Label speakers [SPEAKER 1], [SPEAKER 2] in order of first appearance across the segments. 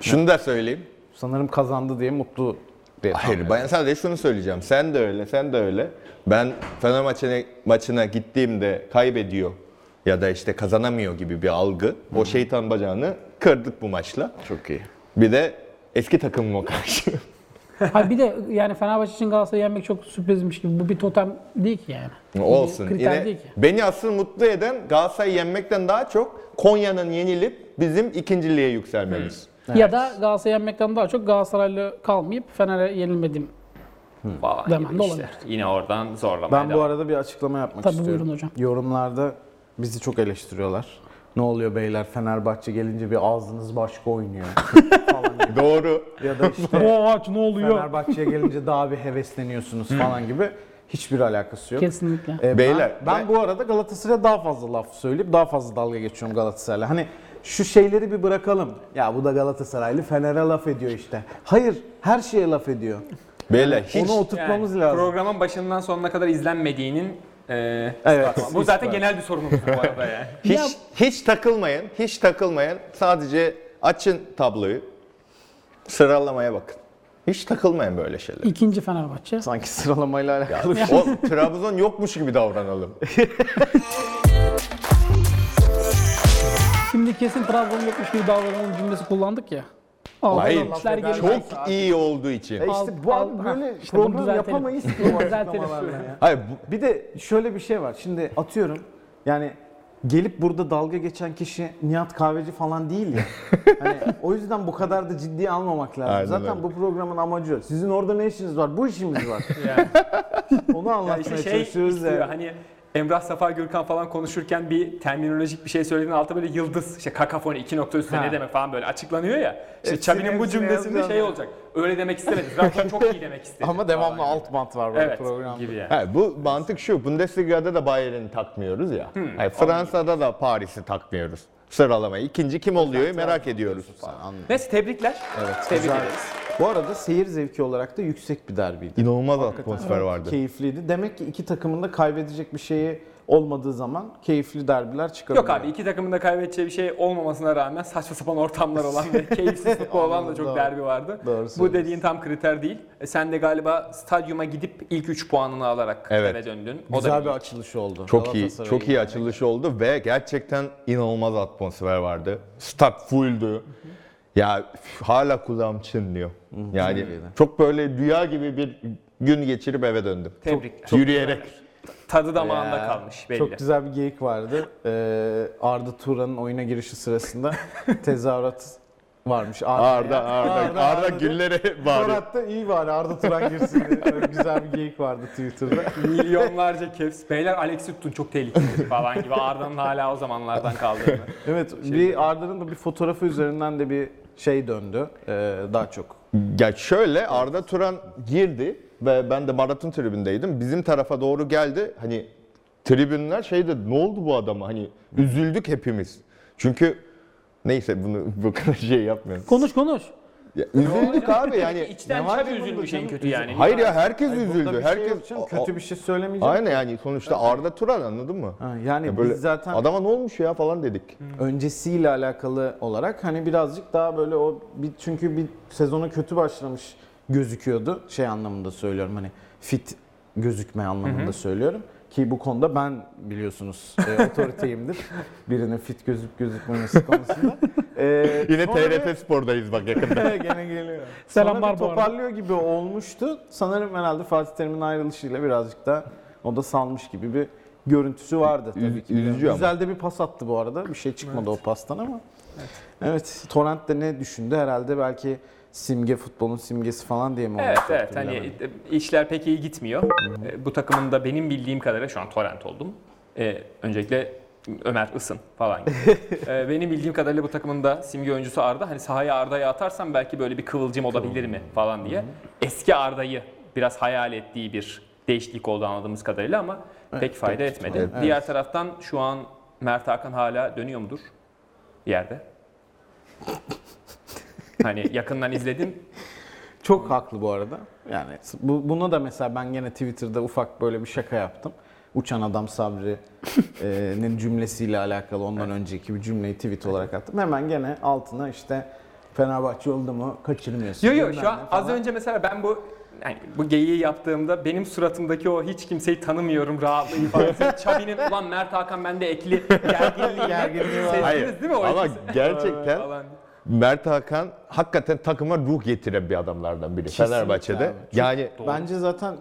[SPEAKER 1] Şunu da söyleyeyim.
[SPEAKER 2] Sanırım kazandı diye mutlu diye tahmin
[SPEAKER 1] Hayır, ben sadece şunu söyleyeceğim. Sen de öyle, sen de öyle. Ben Fener maçına, maçına gittiğimde kaybediyor ya da işte kazanamıyor gibi bir algı. O şeytan bacağını kırdık bu maçla.
[SPEAKER 3] Çok iyi.
[SPEAKER 1] Bir de eski takımıma karşı.
[SPEAKER 4] Ha bir de yani Fenerbahçe için Galatasaray'ı yenmek çok sürprizmiş gibi. Bu bir totem değil ki yani.
[SPEAKER 1] Olsun.
[SPEAKER 4] Kriter
[SPEAKER 1] Yine
[SPEAKER 4] değil ki.
[SPEAKER 1] beni asıl mutlu eden Galatasaray'ı yenmekten daha çok Konya'nın yenilip bizim ikinciliğe yükselmemiz.
[SPEAKER 4] Ya da Galatasaray'ı yenmekten daha çok Galatasaraylı kalmayıp Fener'e yenilmedim.
[SPEAKER 3] Valla
[SPEAKER 4] Demen de
[SPEAKER 3] işte.
[SPEAKER 4] olabilir.
[SPEAKER 3] Yine oradan zorlamaya
[SPEAKER 2] Ben bu
[SPEAKER 3] devam.
[SPEAKER 2] arada bir açıklama yapmak
[SPEAKER 4] Tabii,
[SPEAKER 2] istiyorum.
[SPEAKER 4] buyurun hocam.
[SPEAKER 2] Yorumlarda bizi çok eleştiriyorlar. Ne oluyor beyler Fenerbahçe gelince bir ağzınız başka oynuyor falan gibi.
[SPEAKER 1] Doğru.
[SPEAKER 2] Ya da işte
[SPEAKER 4] O aç ne oluyor?
[SPEAKER 2] Fenerbahçe'ye gelince daha bir hevesleniyorsunuz falan gibi. Hiçbir alakası yok.
[SPEAKER 4] Kesinlikle.
[SPEAKER 2] Ee, ben-
[SPEAKER 1] Beyler,
[SPEAKER 2] ben,
[SPEAKER 1] ben-
[SPEAKER 2] bu arada Galatasaray'a daha fazla laf söyleyip daha fazla dalga geçiyorum Galatasaray'la. Hani şu şeyleri bir bırakalım. Ya bu da Galatasaraylı Fener'e laf ediyor işte. Hayır, her şeye laf ediyor.
[SPEAKER 1] Beyler hiç
[SPEAKER 2] Onu oturtmamız
[SPEAKER 5] Yani
[SPEAKER 2] lazım.
[SPEAKER 5] Programın başından sonuna kadar izlenmediğinin e,
[SPEAKER 2] Evet.
[SPEAKER 5] bu zaten genel bir sorunumuz bu arada yani.
[SPEAKER 1] Hiç
[SPEAKER 4] Ya-
[SPEAKER 1] hiç takılmayın, hiç takılmayın. Sadece açın tabloyu. Sıralamaya bakın. Hiç takılmayın böyle şeylere.
[SPEAKER 4] İkinci Fenerbahçe.
[SPEAKER 2] Sanki sıralamayla alakalı.
[SPEAKER 1] o Trabzon yokmuş gibi davranalım.
[SPEAKER 4] Şimdi kesin Trabzon yokmuş gibi davranalım cümlesi kullandık ya. Aldı
[SPEAKER 1] Hayır.
[SPEAKER 4] laflar gelip-
[SPEAKER 1] Çok iyi olduğu için.
[SPEAKER 2] E işte bu
[SPEAKER 4] Al-
[SPEAKER 2] abi
[SPEAKER 4] al-
[SPEAKER 2] böyle
[SPEAKER 4] İşte bunu
[SPEAKER 2] program
[SPEAKER 4] düzeltelim.
[SPEAKER 2] yapamayız ki
[SPEAKER 4] Bunu
[SPEAKER 2] bu
[SPEAKER 4] düzeltelim.
[SPEAKER 2] açıklamalarla ya.
[SPEAKER 1] Hayır bu-
[SPEAKER 2] Bir de şöyle bir şey var. Şimdi atıyorum yani gelip burada dalga geçen kişi Nihat Kahveci falan değil ya. Hani o yüzden bu kadar da ciddiye almamak lazım.
[SPEAKER 1] Aynen
[SPEAKER 2] Zaten
[SPEAKER 1] öyle.
[SPEAKER 2] bu programın amacı o. Sizin orada ne işiniz var? Bu işimiz var. Onu
[SPEAKER 5] Yani
[SPEAKER 2] anlatmaya
[SPEAKER 5] işte şey
[SPEAKER 2] çalışıyoruz
[SPEAKER 5] istiyor,
[SPEAKER 2] yani.
[SPEAKER 5] hani Emrah Safa Gürkan falan konuşurken bir terminolojik bir şey söylediğin altta böyle yıldız, işte kakafoni iki nokta üstüne
[SPEAKER 2] Ha.
[SPEAKER 5] ne demek falan böyle açıklanıyor ya. İşte
[SPEAKER 2] Hepsini,
[SPEAKER 5] Çabi'nin bu
[SPEAKER 2] hepsini
[SPEAKER 5] cümlesinde şey
[SPEAKER 2] yazacağım.
[SPEAKER 5] olacak. Öyle demek istemedi. Trabzon çok iyi demek istedi.
[SPEAKER 2] Ama devamlı alt bant var böyle
[SPEAKER 5] Evet
[SPEAKER 2] programda.
[SPEAKER 5] gibi yani.
[SPEAKER 1] hayır, bu mantık şu. Bundesliga'da da Bayern'i takmıyoruz ya. Hayır, Fransa'da da Paris'i takmıyoruz. Sıralamayı. İkinci kim oluyor merak ediyoruz.
[SPEAKER 5] Neyse tebrikler.
[SPEAKER 2] Evet,
[SPEAKER 5] Tebrik
[SPEAKER 2] güzel.
[SPEAKER 5] ederiz.
[SPEAKER 2] Bu arada seyir zevki olarak da yüksek bir derbiydi.
[SPEAKER 1] İnanılmaz atmosfer vardı.
[SPEAKER 2] Keyifliydi. Demek ki iki takımın da kaybedecek bir şeyi olmadığı zaman keyifli derbiler çıkabiliyor.
[SPEAKER 5] Yok abi iki takımın da kaybedeceği bir şey olmamasına rağmen saçma sapan ortamlar olan ve keyifsiz futbol olan da
[SPEAKER 2] Anladım,
[SPEAKER 5] çok
[SPEAKER 2] doğru.
[SPEAKER 5] derbi vardı.
[SPEAKER 2] Doğru
[SPEAKER 5] Bu
[SPEAKER 2] söylüyorsun.
[SPEAKER 5] dediğin tam kriter değil. E, sen de galiba stadyuma gidip ilk 3 puanını alarak
[SPEAKER 1] Evet.
[SPEAKER 5] eve döndün. O
[SPEAKER 2] Güzel
[SPEAKER 5] da
[SPEAKER 2] bir açılış oldu.
[SPEAKER 1] Çok iyi,
[SPEAKER 2] Galatasaray'ın.
[SPEAKER 1] çok iyi açılış oldu ve gerçekten inanılmaz atmosfer vardı. Stat fulldü. Ya üf, hala kulağım çınlıyor. Yani çok böyle dünya gibi bir gün geçirip eve döndüm.
[SPEAKER 5] Tebrikler.
[SPEAKER 1] Yürüyerek.
[SPEAKER 5] tadı damağında kalmış belli.
[SPEAKER 2] Çok güzel bir geyik vardı. Ee, Arda Turan'ın oyuna girişi sırasında tezahürat varmış.
[SPEAKER 1] Arda, Arda, Arda,
[SPEAKER 2] Arda diye.
[SPEAKER 1] güllere bağırıyor.
[SPEAKER 2] Tezahürat da iyi bari Arda Turan girsin diye. Öyle güzel bir geyik vardı Twitter'da.
[SPEAKER 5] Milyonlarca kefs. Beyler Alex Üttün çok tehlikeli falan gibi. Arda'nın hala o zamanlardan kaldığını.
[SPEAKER 2] Evet
[SPEAKER 5] Şey
[SPEAKER 2] bir Arda'nın da bir fotoğrafı üzerinden de bir şey döndü. Ee, daha çok.
[SPEAKER 1] Ya şöyle Arda Turan girdi ve ben de maraton tribündeydim. Bizim tarafa doğru geldi. Hani tribünler şey dedi ne oldu bu adama? Hani üzüldük hepimiz. Çünkü neyse bunu bu kadar şey yapmıyorum.
[SPEAKER 4] Konuş konuş.
[SPEAKER 1] Ya üzüldük abi yani.
[SPEAKER 5] İçten
[SPEAKER 2] ne var
[SPEAKER 5] çabi
[SPEAKER 2] ki bunda
[SPEAKER 5] üzülmüş en
[SPEAKER 2] canım?
[SPEAKER 5] kötü yani.
[SPEAKER 1] Hayır ya herkes
[SPEAKER 2] Burada bir
[SPEAKER 1] üzüldü.
[SPEAKER 2] şey
[SPEAKER 1] Herkes
[SPEAKER 2] yok canım, kötü bir şey söylemeyeceğim.
[SPEAKER 1] Aynen yani sonuçta Arda Turan anladın mı?
[SPEAKER 2] Ha, yani
[SPEAKER 1] Ya böyle
[SPEAKER 2] biz zaten
[SPEAKER 1] adama ne olmuş ya falan dedik.
[SPEAKER 2] öncesiyle alakalı olarak hani birazcık daha böyle o bir, çünkü bir sezona kötü başlamış gözüküyordu. Şey anlamında söylüyorum hani fit gözükme anlamında söylüyorum. Ki bu konuda ben biliyorsunuz e, otoriteyimdir. Birinin fit gözüp gözükmemesi konusunda. E,
[SPEAKER 1] Yine
[SPEAKER 2] sonra bir-
[SPEAKER 1] TRT Spor'dayız bak yakında.
[SPEAKER 2] Gene geliyor.
[SPEAKER 4] Selamlar
[SPEAKER 2] Sonra bir
[SPEAKER 4] bu arada.
[SPEAKER 2] toparlıyor gibi olmuştu. Sanırım herhalde Fatih Terim'in ayrılışıyla birazcık da o da salmış gibi bir görüntüsü vardı.
[SPEAKER 1] Üz-
[SPEAKER 2] Tabii ki.
[SPEAKER 1] üzücü ama.
[SPEAKER 2] Güzel de bir pas attı bu arada. Bir şey çıkmadı o pastan ama. Evet. Torrent de ne düşündü? Herhalde belki simge futbolun simgesi falan diye mi
[SPEAKER 5] Evet
[SPEAKER 2] olmuş
[SPEAKER 5] evet
[SPEAKER 2] yoktu
[SPEAKER 5] hani
[SPEAKER 2] bilemedim.
[SPEAKER 5] işler pek iyi gitmiyor. E, Bu takımın da benim bildiğim kadarıyla şu an torrent oldum. E, öncelikle Ömer Isın falan gibi. E, benim bildiğim kadarıyla bu takımın da simge oyuncusu Arda. Hani sahaya Arda'yı atarsam belki böyle bir kıvılcım olabilir mi falan diye. Eski Arda'yı biraz hayal ettiği bir değişiklik oldu anladığımız kadarıyla ama pek fayda etmedi. Diğer taraftan şu an Mert Hakan hala dönüyor mudur yerde? hani yakından izledim.
[SPEAKER 2] Çok haklı bu arada. Yani bu, buna da mesela ben gene Twitter'da ufak böyle bir şaka yaptım. Uçan Adam e, Sabri'nin cümlesiyle alakalı ondan önceki bir cümleyi tweet olarak attım. Hemen gene altına işte Fenerbahçe oldu mu kaçırmıyorsun.
[SPEAKER 5] Yok yok
[SPEAKER 2] Bilmem
[SPEAKER 5] şu an
[SPEAKER 2] ne falan.
[SPEAKER 5] az önce mesela ben bu yani bu geyiği yaptığımda benim suratımdaki o hiç kimseyi tanımıyorum rahatlığı ifadesi. Çabi'nin ulan Mert Hakan bende ekli gerginliği.
[SPEAKER 2] Gerginliği var.
[SPEAKER 5] Sezdiniz değil mi o
[SPEAKER 1] ama
[SPEAKER 5] ikisi?
[SPEAKER 1] gerçekten
[SPEAKER 5] Falan.
[SPEAKER 1] Mert Hakan hakikaten takıma ruh getiren bir adamlardan biri Fenerbahçe'de.
[SPEAKER 2] abi. Çünkü-
[SPEAKER 1] Yani
[SPEAKER 2] Bence zaten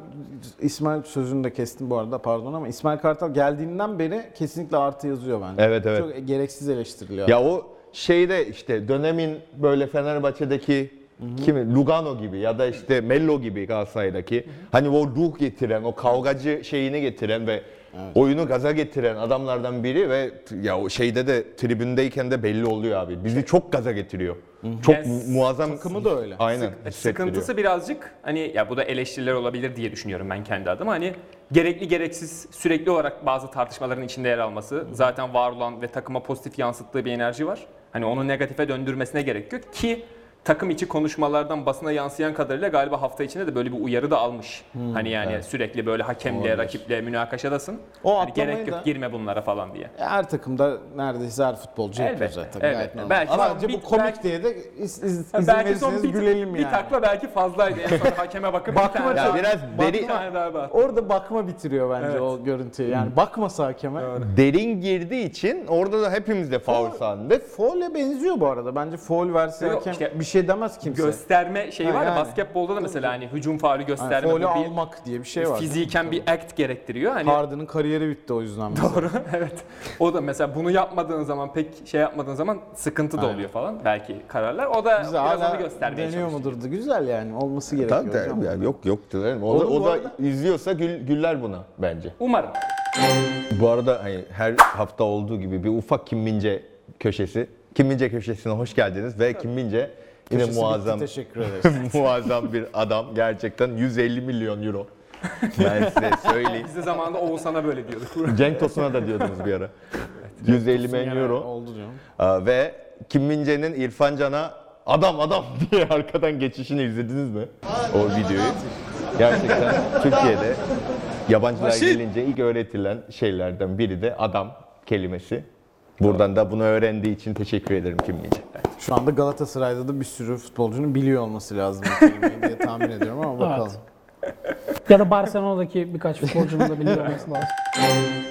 [SPEAKER 2] İsmail sözünü de kestim bu arada pardon ama İsmail Kartal geldiğinden beri kesinlikle artı yazıyor bence.
[SPEAKER 1] Evet, evet.
[SPEAKER 2] Çok gereksiz eleştiriliyor.
[SPEAKER 1] ya o şeyde işte dönemin böyle Fenerbahçe'deki kimi Lugano gibi ya da işte Mello gibi Galatasaray'daki hani o ruh getiren, o kavgacı şeyini getiren ve oyunu gaza getiren adamlardan biri ve t- ya o şeyde de tribündeyken de belli oluyor abi. Bizi çok gaza getiriyor. Çok
[SPEAKER 5] Yani
[SPEAKER 1] mu- muazzam
[SPEAKER 2] takımı da öyle.
[SPEAKER 1] Aynen. hissettiriyor.
[SPEAKER 5] Hani Sıkıntısı birazcık hani ya bu da eleştiriler olabilir diye düşünüyorum ben kendi adıma. Hani gerekli gereksiz sürekli olarak bazı tartışmaların içinde yer alması. Zaten var olan ve takıma pozitif yansıttığı bir enerji var. Hani onu negatife döndürmesine gerek yok ki takım içi konuşmalardan basına yansıyan kadarıyla galiba hafta içinde de böyle bir uyarı da almış.
[SPEAKER 2] Hmm,
[SPEAKER 5] hani yani sürekli böyle hakemle, rakiple münakaşadasın.
[SPEAKER 2] O
[SPEAKER 5] Hani gerek
[SPEAKER 2] atlamayı
[SPEAKER 5] yok
[SPEAKER 2] da-
[SPEAKER 5] girme bunlara falan diye.
[SPEAKER 2] E, Her takımda neredeyse her futbolcu yapıyor
[SPEAKER 5] Elbette,
[SPEAKER 2] zaten.
[SPEAKER 5] elbette.
[SPEAKER 2] Gayet normal.
[SPEAKER 5] Belki
[SPEAKER 2] Ama
[SPEAKER 5] son
[SPEAKER 2] bence bu
[SPEAKER 5] bir-
[SPEAKER 2] komik
[SPEAKER 5] belki-
[SPEAKER 2] diye de iz, iz, izin
[SPEAKER 5] belki son
[SPEAKER 2] verirseniz
[SPEAKER 5] bir,
[SPEAKER 2] gülelim
[SPEAKER 5] bir
[SPEAKER 2] yani.
[SPEAKER 5] takla belki fazlaydı. En son hakeme bakıp bir tane
[SPEAKER 1] Ya
[SPEAKER 5] daha-
[SPEAKER 1] biraz
[SPEAKER 5] bir
[SPEAKER 1] deri,
[SPEAKER 5] tane daha bak.
[SPEAKER 2] Orada bakma bitiriyor bence
[SPEAKER 5] Evet. Hmm.
[SPEAKER 2] o görüntüyü. Yani bakmasa hakeme.
[SPEAKER 1] derin girdiği için orada da hepimiz de faul sahandık.
[SPEAKER 2] Foul'e benziyor bu arada. Bence foul verse
[SPEAKER 5] Yok,
[SPEAKER 2] hakem
[SPEAKER 5] işte
[SPEAKER 2] bir şey demez kimse.
[SPEAKER 5] gösterme şeyi
[SPEAKER 2] Ha,
[SPEAKER 5] var ya
[SPEAKER 2] yani.
[SPEAKER 5] basketbolda da mesela hani hücum faulü
[SPEAKER 2] Yani
[SPEAKER 5] gösterme
[SPEAKER 2] foul'ü
[SPEAKER 5] bu bir
[SPEAKER 2] almak diye bir şey var.
[SPEAKER 5] fiziken bir act gerektiriyor. Hani
[SPEAKER 2] Harden'ın kariyeri bitti o yüzden. mesela.
[SPEAKER 5] doğru evet. O da mesela bunu yapmadığın zaman pek şey yapmadığın zaman sıkıntı da oluyor falan belki kararlar. O da
[SPEAKER 2] Bize
[SPEAKER 5] biraz onu
[SPEAKER 2] hala
[SPEAKER 5] göstermeye
[SPEAKER 2] deniyor
[SPEAKER 5] çalışıyor.
[SPEAKER 2] mudur? da Güzel yani olması gerekiyor.
[SPEAKER 1] Tabii tabii.
[SPEAKER 2] hocam.
[SPEAKER 1] Yani yok yok dilerim. O, da,
[SPEAKER 2] Oğlum
[SPEAKER 1] o
[SPEAKER 2] bu
[SPEAKER 1] da
[SPEAKER 2] arada-
[SPEAKER 1] izliyorsa gül, güller buna bence.
[SPEAKER 5] Umarım.
[SPEAKER 1] Bu arada hani her hafta olduğu gibi bir ufak Kim Mince köşesi. Kim Mince köşesine hoş geldiniz ve Kim Mince yine
[SPEAKER 2] Köşesi bitti,
[SPEAKER 1] muazzam
[SPEAKER 2] teşekkür ederiz.
[SPEAKER 1] muazzam bir adam. Gerçekten 150 milyon euro. Ben size söyleyeyim.
[SPEAKER 5] Biz de zamanında Oğuzhan'a böyle diyorduk.
[SPEAKER 1] Cenk Tosun'a da diyordunuz bir ara. 150 milyon euro.
[SPEAKER 2] Oldu canım.
[SPEAKER 1] Aa, Ee, ve Kim Min-jae'nin İrfan Can'a adam adam diye arkadan geçişini izlediniz mi? O videoyu. Gerçekten Türkiye'de yabancılar gelince ilk öğretilen şeylerden biri de adam kelimesi. Buradan da bunu öğrendiği için teşekkür ederim Kim Min-jae.
[SPEAKER 2] Şu anda Galatasaray'da da bir sürü futbolcunun biliyor olması lazım bu kelimeyi diye tahmin ediyorum ama bakalım.
[SPEAKER 4] Ya da Barcelona'daki birkaç futbolcunun da biliyor olması lazım.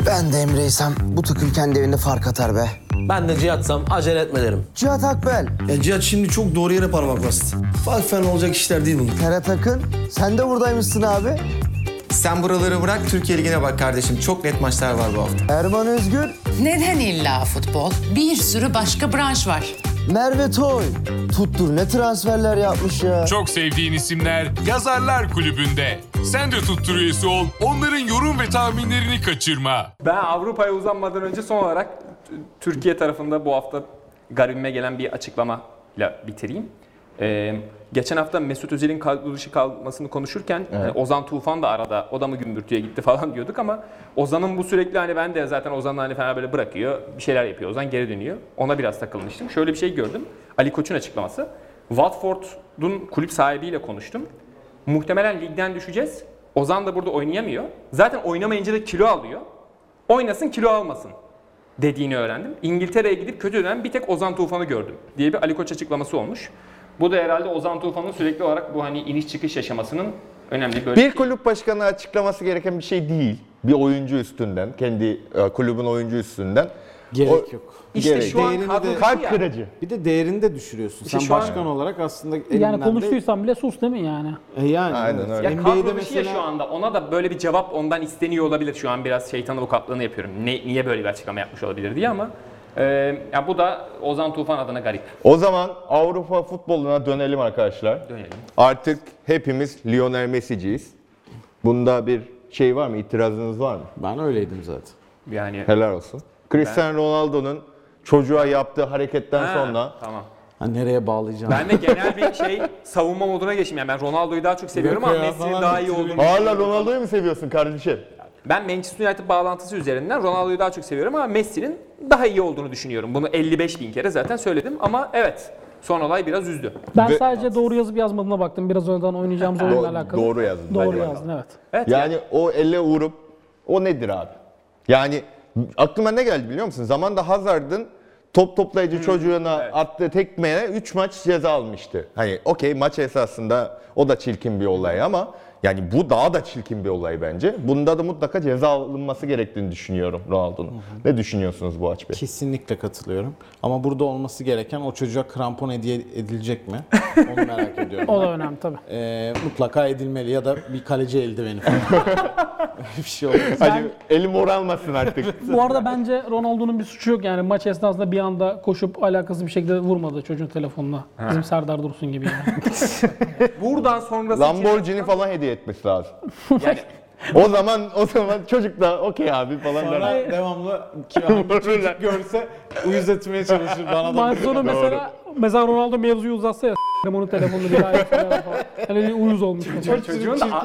[SPEAKER 6] Ben de Emre'ysem bu takım kendi evinde fark atar be.
[SPEAKER 7] Ben de Cihat'sam acele etme derim.
[SPEAKER 6] Cihat Akbel,
[SPEAKER 7] Ya Cihat şimdi çok doğru yere parmak bastı. Fark falan olacak işler değil bunlar.
[SPEAKER 6] Ferhat Akın, sen de buradaymışsın abi.
[SPEAKER 8] Sen buraları bırak Türkiye Ligi'ne bak kardeşim. Çok net maçlar var bu hafta.
[SPEAKER 6] Erman Özgür,
[SPEAKER 9] Neden illa futbol? Bir sürü başka branş var.
[SPEAKER 6] Merve Toy. Tuttur ne transferler yapmış ya.
[SPEAKER 10] Çok sevdiğin isimler Yazarlar Kulübü'nde. Sen de tuttur üyesi ol, onların yorum ve tahminlerini kaçırma.
[SPEAKER 5] Ben Avrupa'ya uzanmadan önce son olarak t- Türkiye tarafında bu hafta garibime gelen bir açıklamayla bitireyim. Ee, geçen hafta Mesut Özil'in kadro dışı kalmasını konuşurken hani Ozan Tufan da arada o da mı gümbürtüye gitti falan diyorduk ama Ozan'ın bu sürekli hani ben de zaten Ozan'la hani falan böyle bırakıyor bir şeyler yapıyor Ozan geri dönüyor. Ona biraz takılmıştım. Şöyle bir şey gördüm. Ali Koç'un açıklaması. Watford'un kulüp sahibiyle konuştum. Muhtemelen ligden düşeceğiz. Ozan da burada oynayamıyor. Zaten oynamayınca da kilo alıyor. Oynasın kilo almasın dediğini öğrendim. İngiltere'ye gidip kötü dönen bir tek Ozan Tufan'ı gördüm diye bir Ali Koç açıklaması olmuş. Bu da herhalde Ozan Tufan'ın sürekli olarak bu hani iniş çıkış yaşamasının önemli böyle
[SPEAKER 1] Bir kulüp başkanı açıklaması gereken bir şey değil. Bir oyuncu üstünden, kendi e, kulübün oyuncu üstünden.
[SPEAKER 2] Gerek
[SPEAKER 1] O-
[SPEAKER 2] yok.
[SPEAKER 5] İşte
[SPEAKER 1] gerek.
[SPEAKER 5] şu an
[SPEAKER 2] Değerini
[SPEAKER 5] kadro
[SPEAKER 2] de-
[SPEAKER 1] Kalp
[SPEAKER 5] ya.
[SPEAKER 1] kırıcı.
[SPEAKER 2] Bir de değerini de düşürüyorsun. Sen
[SPEAKER 5] şu an-
[SPEAKER 2] başkan olarak aslında elinden
[SPEAKER 4] Yani
[SPEAKER 2] de...
[SPEAKER 4] konuştuysan bile sus değil mi yani?
[SPEAKER 2] E yani,
[SPEAKER 1] Aynen
[SPEAKER 2] evet.
[SPEAKER 1] öyle.
[SPEAKER 5] Ya
[SPEAKER 2] NBA'de
[SPEAKER 5] kadro dışı ya
[SPEAKER 2] mesela
[SPEAKER 5] şu anda ona da böyle bir cevap ondan isteniyor olabilir. Şu an biraz şeytan avukatlığını yapıyorum. Ne, niye böyle bir açıklama yapmış olabilir diye ama e, ya bu da Ozan Tufan adına garip.
[SPEAKER 1] O zaman Avrupa futboluna dönelim arkadaşlar.
[SPEAKER 5] Dönelim.
[SPEAKER 1] Artık hepimiz Lionel Messi'ciyiz. Bunda bir şey var mı? İtirazınız var mı?
[SPEAKER 2] Ben öyleydim zaten.
[SPEAKER 5] Yani
[SPEAKER 1] Helal olsun. Cristiano Ronaldo'nun çocuğa yaptığı hareketten
[SPEAKER 5] Ha,
[SPEAKER 1] sonra
[SPEAKER 5] Tamam.
[SPEAKER 2] Ha, nereye bağlayacağım?
[SPEAKER 5] Ben de genel bir şey savunma moduna geçtim. Yani ben Ronaldo'yu daha çok seviyorum
[SPEAKER 2] Yok
[SPEAKER 5] ama
[SPEAKER 2] ya,
[SPEAKER 5] Messi'nin
[SPEAKER 2] falan
[SPEAKER 5] daha iyi
[SPEAKER 2] bitiriyor.
[SPEAKER 5] olduğunu
[SPEAKER 1] Hala Ronaldo'yu mu seviyorsun kardeşim?
[SPEAKER 5] Ben Manchester United bağlantısı üzerinden Ronaldo'yu daha çok seviyorum ama Messi'nin daha iyi olduğunu düşünüyorum. Bunu 55 bin kere zaten söyledim ama evet son olay biraz üzdü.
[SPEAKER 4] Ben
[SPEAKER 1] Ve-
[SPEAKER 4] sadece doğru yazıp yazmadığına baktım. Biraz önceden oynayacağımız
[SPEAKER 1] Do-
[SPEAKER 4] oyunla alakalı.
[SPEAKER 1] doğru yazdın.
[SPEAKER 4] Doğru
[SPEAKER 1] Hadi bakalım.
[SPEAKER 4] yazdın evet.
[SPEAKER 5] Evet yani,
[SPEAKER 1] Yani o elle vurup o nedir abi? Yani aklıma ne geldi biliyor musun? Zamanda Hazard'ın top toplayıcı çocuğuna attığı tekmeye 3 maç ceza almıştı. Hani okey maç esasında o da çirkin bir olay ama yani bu daha da çirkin bir olay bence. Bunda da mutlaka ceza alınması gerektiğini düşünüyorum Ronaldo'nun. Ne düşünüyorsunuz bu Bey?
[SPEAKER 2] Kesinlikle katılıyorum. Ama burada olması gereken o çocuğa krampon hediye edilecek mi? Onu merak ediyorum.
[SPEAKER 4] O da önemli tabii.
[SPEAKER 2] Ee, mutlaka edilmeli ya da bir kaleci eldiveni falan. Öyle bir şey olmaz.
[SPEAKER 1] Hani elim oralmasın artık.
[SPEAKER 4] Bu arada bence Ronaldo'nun bir suçu yok yani. Maç esnasında bir anda koşup alakasız bir şekilde vurmadı çocuğun telefonuna. Bizim Serdar Dursun gibi yani.
[SPEAKER 5] Buradan sonrası
[SPEAKER 1] Lamborghini falan hediye etmesi lazım. o zaman o zaman çocuk da okey abi falan der.
[SPEAKER 2] Sonra devamlı ki çocuk görse uyuz etmeye çalışır bana da.
[SPEAKER 4] Maç sonu mesela, mesela Ronaldo mevzuyu uzatsa ya s**erim onun telefonunu bir ay falan. Hani uyuz olmuş. mesela.
[SPEAKER 5] çocuğun da,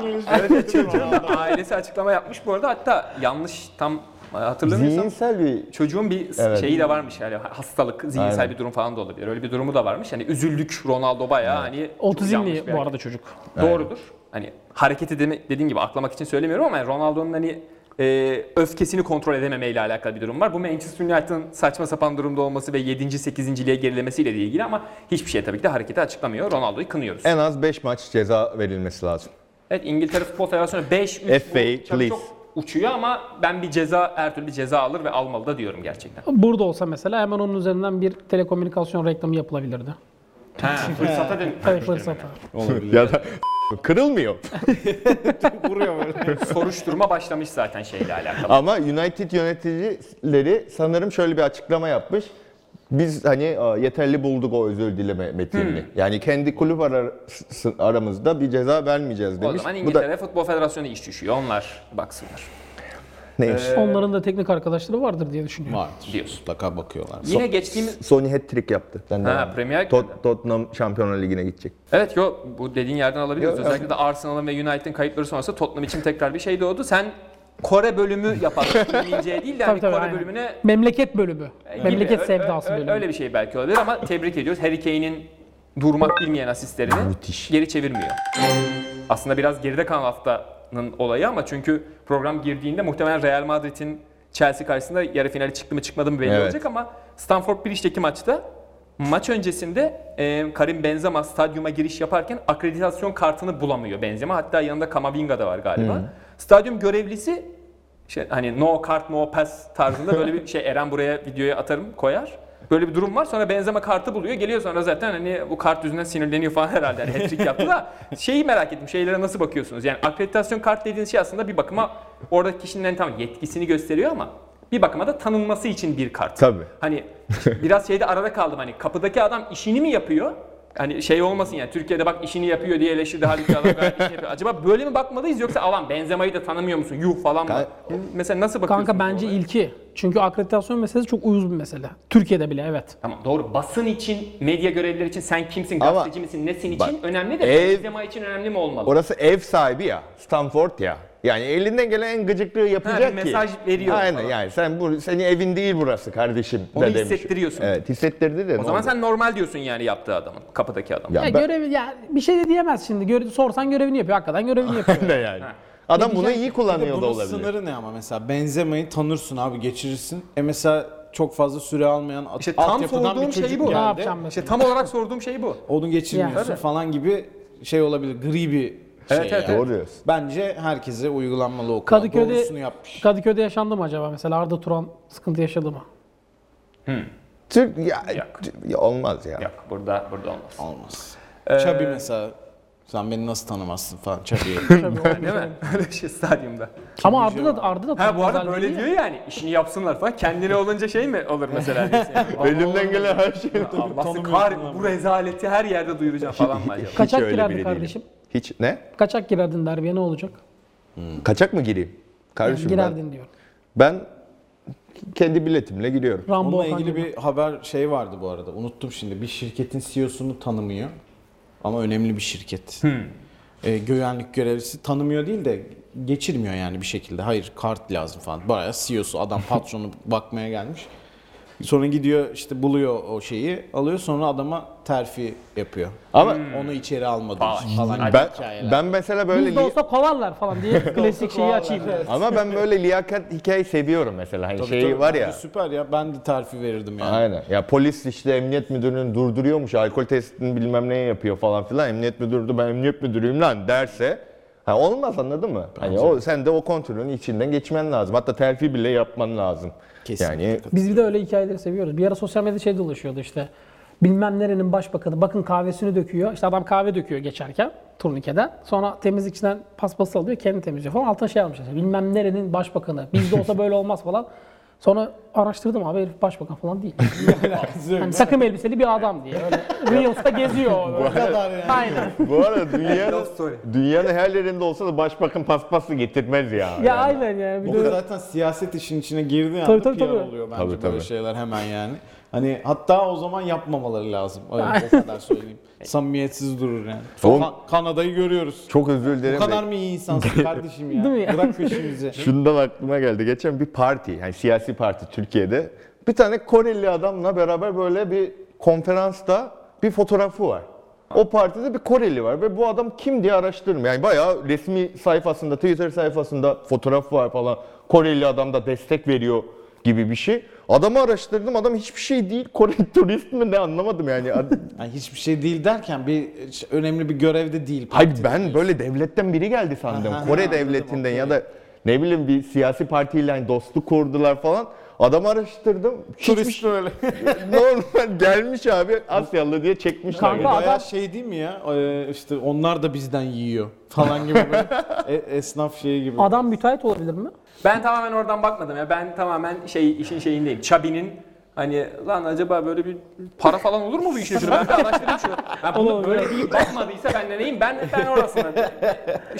[SPEAKER 5] Evet, çocuğun da ailesi açıklama yapmış bu arada. Hatta yanlış tam e, hatırlamıyorsam
[SPEAKER 1] Zihinsel bir
[SPEAKER 5] çocuğun bir s-
[SPEAKER 1] Evet.
[SPEAKER 5] şeyi de varmış yani hastalık, zihinsel
[SPEAKER 1] Aynen.
[SPEAKER 5] bir durum falan da olabilir. Öyle bir durumu da varmış. Hani üzüldük Ronaldo bayağı hani yanlış bir
[SPEAKER 4] Otizmli bu
[SPEAKER 5] hareket.
[SPEAKER 4] arada çocuk.
[SPEAKER 5] Doğrudur. Hani hareketi deme, dediğim gibi aklamak için söylemiyorum ama yani Ronaldo'nun hani e, öfkesini kontrol edememeyle alakalı bir durum var. Bu Manchester United'ın saçma sapan durumda olması ve 7. 8. lige gerilemesiyle de ilgili ama hiçbir şey tabii ki de hareketi açıklamıyor. Ronaldo'yu kınıyoruz.
[SPEAKER 1] en az 5 maç ceza verilmesi lazım.
[SPEAKER 5] Evet İngiltere Futbol Federasyonu 5 3
[SPEAKER 1] FA, please.
[SPEAKER 5] çok uçuyor ama ben bir ceza her türlü bir ceza alır ve almalı da diyorum gerçekten.
[SPEAKER 4] Burada olsa mesela hemen onun üzerinden bir telekomünikasyon reklamı yapılabilirdi.
[SPEAKER 5] Ha, fırsata dön.
[SPEAKER 4] Evet, fırsat.
[SPEAKER 1] ya da kırılmıyor.
[SPEAKER 5] Soruşturma başlamış zaten şeyle alakalı.
[SPEAKER 1] Ama United yöneticileri sanırım şöyle bir açıklama yapmış. Biz hani e, yeterli bulduk o özür dileme metinini.
[SPEAKER 5] Hmm.
[SPEAKER 1] Yani kendi kulüp arası- aramızda bir ceza vermeyeceğiz
[SPEAKER 5] O
[SPEAKER 1] demiş.
[SPEAKER 5] zaman
[SPEAKER 1] Bu da
[SPEAKER 5] İngiltere Futbol Federasyonu iş düşüyor. Onlar baksınlar
[SPEAKER 1] ne
[SPEAKER 5] Ee,
[SPEAKER 1] iş?
[SPEAKER 4] Onların da teknik arkadaşları vardır diye düşünüyorum.
[SPEAKER 2] Vardır.
[SPEAKER 5] diyorsun.
[SPEAKER 2] Mutlaka bakıyorlar.
[SPEAKER 5] Yine geçtiğimiz
[SPEAKER 1] Sony hat-trick yaptı. Ben de-
[SPEAKER 5] Ha, Premier Lig'de.
[SPEAKER 1] Tot- Tottenham Şampiyonlar Ligi'ne gidecek.
[SPEAKER 5] Evet yo bu dediğin yerden alabiliriz.
[SPEAKER 1] Yo,
[SPEAKER 5] Özellikle de Arsenal'ın ve United'ın kayıpları sonrası Tottenham için tekrar bir şey doğdu. Sen Kore bölümü yaparsın. İngilizceye değil de hani
[SPEAKER 4] Tabii, tabii,
[SPEAKER 5] Kore
[SPEAKER 4] aynen.
[SPEAKER 5] bölümüne
[SPEAKER 4] Memleket bölümü.
[SPEAKER 5] gibi.
[SPEAKER 4] Memleket
[SPEAKER 5] Ö- ö-
[SPEAKER 4] sevdası
[SPEAKER 5] ö-
[SPEAKER 4] bölümü.
[SPEAKER 5] Öyle bir şey belki olabilir ama tebrik ediyoruz. Harry Kane'in durmak bilmeyen asistlerini geri çevirmiyor. Aslında biraz geride kalan haftanın olayı ama çünkü program girdiğinde muhtemelen Real Madrid'in Chelsea karşısında yarı finali çıktı mı çıkmadı mı belli
[SPEAKER 1] Evet.
[SPEAKER 5] olacak ama Stamford Bridge'deki maçta maç öncesinde e, Karim Benzema stadyuma giriş yaparken akreditasyon kartını bulamıyor Benzema. Hatta yanında Kamavinga da var galiba. Stadyum görevlisi şey, hani no kart no pass tarzında böyle bir şey Eren buraya videoya atarım koyar. Böyle bir durum var. Sonra Benzema kartı buluyor. Geliyor sonra zaten hani bu kart yüzünden sinirleniyor falan herhalde. Yani hat-trick yaptı da şeyi merak ettim. Şeylere nasıl bakıyorsunuz? Yani akreditasyon kart dediğiniz şey aslında bir bakıma oradaki kişinin hani tam yetkisini gösteriyor ama bir bakıma da tanınması için bir kart.
[SPEAKER 1] Tabii.
[SPEAKER 5] Hani biraz şeyde arada kaldım hani kapıdaki adam işini mi yapıyor? Hani şey olmasın yani Türkiye'de bak işini yapıyor diye eleştirdi halbuki adam gayet işini yapıyor. Acaba böyle mi bakmalıyız yoksa alan Benzema'yı da tanımıyor musun? Yuh falan mı?
[SPEAKER 1] Ka-
[SPEAKER 5] Mesela nasıl bakıyorsun?
[SPEAKER 4] Kanka
[SPEAKER 5] bu
[SPEAKER 4] bence
[SPEAKER 5] olaya?
[SPEAKER 4] ilki. Çünkü akreditasyon meselesi çok uyuz bir mesele. Türkiye'de bile evet.
[SPEAKER 5] Tamam doğru basın için, medya görevlileri için sen kimsin,
[SPEAKER 1] Ama-
[SPEAKER 5] gazeteci misin, nesin
[SPEAKER 1] Bak,
[SPEAKER 5] için önemli de
[SPEAKER 1] ev-
[SPEAKER 5] Benzema için önemli mi olmalı?
[SPEAKER 1] Orası ev sahibi ya. Stanford ya. Yani elinden gelen en gıcıklığı yapacak
[SPEAKER 5] Ha, bir
[SPEAKER 1] ki.
[SPEAKER 5] mesaj veriyor
[SPEAKER 1] Aynen
[SPEAKER 5] falan.
[SPEAKER 1] yani sen bu senin evin değil burası kardeşim.
[SPEAKER 5] Onu
[SPEAKER 1] de demiş.
[SPEAKER 5] hissettiriyorsun.
[SPEAKER 1] Evet hissettirdi de.
[SPEAKER 5] o zaman sen normal diyorsun yani yaptığı adamın, kapıdaki adamın.
[SPEAKER 1] Ya
[SPEAKER 4] Ya
[SPEAKER 1] ben-
[SPEAKER 4] görevi ya bir şey de diyemez şimdi. Göre- sorsan görevini yapıyor. Hakikaten görevini yapıyor.
[SPEAKER 1] de yani. Adam bunu iyi kullanıyor da
[SPEAKER 2] bunun
[SPEAKER 1] olabilir.
[SPEAKER 2] sınırı ne ama mesela Benzema'yı tanırsın abi geçirirsin. E mesela çok fazla süre almayan at,
[SPEAKER 5] İşte tam
[SPEAKER 2] altyapıdan bir
[SPEAKER 5] sorduğum şey
[SPEAKER 2] çocuk
[SPEAKER 5] bu.
[SPEAKER 4] ne
[SPEAKER 2] geldi.
[SPEAKER 4] yapacağım mesela?
[SPEAKER 5] İşte tam olarak sorduğum şey bu.
[SPEAKER 2] Onu
[SPEAKER 4] Ya,
[SPEAKER 2] geçirmiyorsun
[SPEAKER 4] tabii.
[SPEAKER 2] falan gibi şey olabilir. Gri bir şey.
[SPEAKER 5] Evet, evet,
[SPEAKER 2] yani.
[SPEAKER 1] Doğru diyorsun.
[SPEAKER 2] Bence herkese uygulanmalı o kadar. Doğrusunu
[SPEAKER 4] Kadıköy'de
[SPEAKER 2] yapmış.
[SPEAKER 4] Kadıköy'de yaşandı mı acaba mesela Arda Turan sıkıntı yaşadı mı?
[SPEAKER 1] Türk ya,
[SPEAKER 5] Yok.
[SPEAKER 1] ya olmaz ya.
[SPEAKER 5] Yok burada, burada olmaz.
[SPEAKER 2] Olmaz. Çabi mesela. Sen beni nasıl tanımazsın falan Çabi'yi.
[SPEAKER 5] Değil mi? Öyle şey stadyumda.
[SPEAKER 4] Ama Arda da Arda da
[SPEAKER 5] Ha bu arada
[SPEAKER 4] güzel
[SPEAKER 5] böyle
[SPEAKER 4] değil ya.
[SPEAKER 5] diyor yani işini yapsınlar falan. Kendine olunca şey mi olur mesela? diyorsun yani. Allah
[SPEAKER 1] Elimden gelen her şey.
[SPEAKER 5] Allah'sı kahretsin bu rezaleti her yerde duyuracağım falan mı acaba?
[SPEAKER 4] Kaçak
[SPEAKER 1] öyle
[SPEAKER 4] girerdi
[SPEAKER 1] biri
[SPEAKER 4] kardeşim.
[SPEAKER 1] değilim. Hiç ne?
[SPEAKER 4] Kaçak girerdin derbiye ne olacak?
[SPEAKER 1] Kaçak mı gireyim?
[SPEAKER 4] Yani
[SPEAKER 1] Kardeşim ben,
[SPEAKER 4] girerdin diyor.
[SPEAKER 1] ben kendi biletimle giriyorum.
[SPEAKER 4] Rambo
[SPEAKER 2] Onunla
[SPEAKER 4] Okan
[SPEAKER 2] ilgili
[SPEAKER 4] gibi.
[SPEAKER 2] bir haber şey vardı bu arada. Unuttum şimdi. Bir şirketin CEO'sunu tanımıyor. Ama önemli bir şirket. Ee, güvenlik görevlisi tanımıyor değil de E geçirmiyor yani bir şekilde. Hayır kart lazım falan. Bayağı CEO'su adam patronu bakmaya gelmiş. Sonra gidiyor işte buluyor o şeyi alıyor sonra adama terfi yapıyor.
[SPEAKER 1] Ama
[SPEAKER 2] Onu içeri almadı
[SPEAKER 5] Vay.
[SPEAKER 2] falan. gibi
[SPEAKER 1] ben,
[SPEAKER 2] hikayeler.
[SPEAKER 1] ben mesela böyle
[SPEAKER 4] Bizde
[SPEAKER 1] li-
[SPEAKER 4] olsa kovarlar falan diye klasik şeyi açayım.
[SPEAKER 1] ama ben böyle liyakat hikayeyi seviyorum mesela. Hani
[SPEAKER 2] Tabii
[SPEAKER 1] şeyi
[SPEAKER 2] tabii,
[SPEAKER 1] var
[SPEAKER 2] bence
[SPEAKER 1] ya.
[SPEAKER 2] Süper ya ben de terfi verirdim yani.
[SPEAKER 1] Aynen. Ya polis işte emniyet müdürünü durduruyormuş. Alkol testini bilmem ne yapıyor falan filan. Emniyet müdürü de ben emniyet müdürüyüm lan derse ha olmaz anladın mı? Hani o sen de o kontrolün içinden geçmen lazım. Hatta terfi bile yapman lazım.
[SPEAKER 2] Kesinlikle.
[SPEAKER 1] Yani
[SPEAKER 4] Biz bir de öyle hikayeleri seviyoruz. Bir ara sosyal medyada şey dolaşıyordu işte. Bilmem nerenin başbakanı bakın kahvesini döküyor. İşte adam kahve döküyor geçerken turnikeden. Sonra temizlikçiden paspas alıyor kendi temizliyor falan. Altına şey almışlar. Bilmem nerenin başbakanı. Bizde olsa böyle olmaz falan. Sonra araştırdım abi herif başbakan falan değil. Yani takım elbiseli bir adam diye. Öyle Reels'ta geziyor. o. Aynen.
[SPEAKER 1] bu arada dünyanın,
[SPEAKER 5] Love story.
[SPEAKER 1] dünyanın her yerinde olsa da başbakan paspası getirmez ya.
[SPEAKER 4] Ya aynen yani. Bir
[SPEAKER 2] O
[SPEAKER 4] de-
[SPEAKER 2] kadar zaten siyaset işin içine girdiği anda
[SPEAKER 4] Tabii, tabii,
[SPEAKER 2] PR
[SPEAKER 4] tabii.
[SPEAKER 2] oluyor bence
[SPEAKER 1] Tabii,
[SPEAKER 2] böyle
[SPEAKER 1] tabii.
[SPEAKER 2] şeyler hemen yani. Hani hatta o zaman yapmamaları lazım. Öyle, o kadar söyleyeyim. Samimiyetsiz durur yani.
[SPEAKER 1] Oğlum-
[SPEAKER 2] Kan- Kanada'yı görüyoruz.
[SPEAKER 1] Çok özür
[SPEAKER 2] Bu
[SPEAKER 1] dilerim.
[SPEAKER 2] kadar
[SPEAKER 1] de-
[SPEAKER 2] mı iyi insansın kardeşim ya?
[SPEAKER 4] Değil mi ya?
[SPEAKER 2] Bırak peşimizi.
[SPEAKER 1] Şundan aklıma geldi. Geçen bir parti, yani siyasi parti Türkiye'de bir tane Koreli adamla beraber böyle bir konferansta bir fotoğrafı var. O partide bir Koreli var ve bu adam kim diye araştırdım. Yani bayağı resmi sayfasında, Twitter sayfasında fotoğraf var falan. Koreli adam da destek veriyor gibi bir şey. Adamı araştırdım. Adam hiçbir şey değil. Koreli turist mi ne anlamadım yani. Ad-
[SPEAKER 2] Yani hiçbir şey değil derken bir ş- önemli bir görevde değil.
[SPEAKER 1] Hayır
[SPEAKER 2] parti.
[SPEAKER 1] ben böyle devletten biri geldi sandım.
[SPEAKER 2] Aha,
[SPEAKER 1] Kore
[SPEAKER 2] anladım,
[SPEAKER 1] devletinden
[SPEAKER 2] okey.
[SPEAKER 1] ya da ne bileyim bir siyasi partiyle hani dostluk kurdular falan. Adam araştırdım. Turist
[SPEAKER 2] şey-
[SPEAKER 1] öyle. Normal gelmiş abi Asyalı diye çekmişler.
[SPEAKER 4] Kanka,
[SPEAKER 1] yani.
[SPEAKER 2] Bayağı
[SPEAKER 4] Adam-
[SPEAKER 2] şey değil mi ya? Ee, işte onlar da bizden yiyor falan gibi böyle e- esnaf şeyi gibi.
[SPEAKER 4] Adam müteahhit olabilir mi?
[SPEAKER 5] Ben tamamen oradan bakmadım ya. Ben tamamen şey işin şeyindeyim. Çabi'nin hani lan acaba böyle bir para falan olur mu bu işin şunu ben bir araştırayım şunu. Ben bunu
[SPEAKER 4] Olur,
[SPEAKER 5] böyle
[SPEAKER 4] olur.
[SPEAKER 5] deyip bakmadıysa ben de neyim ben ben orasına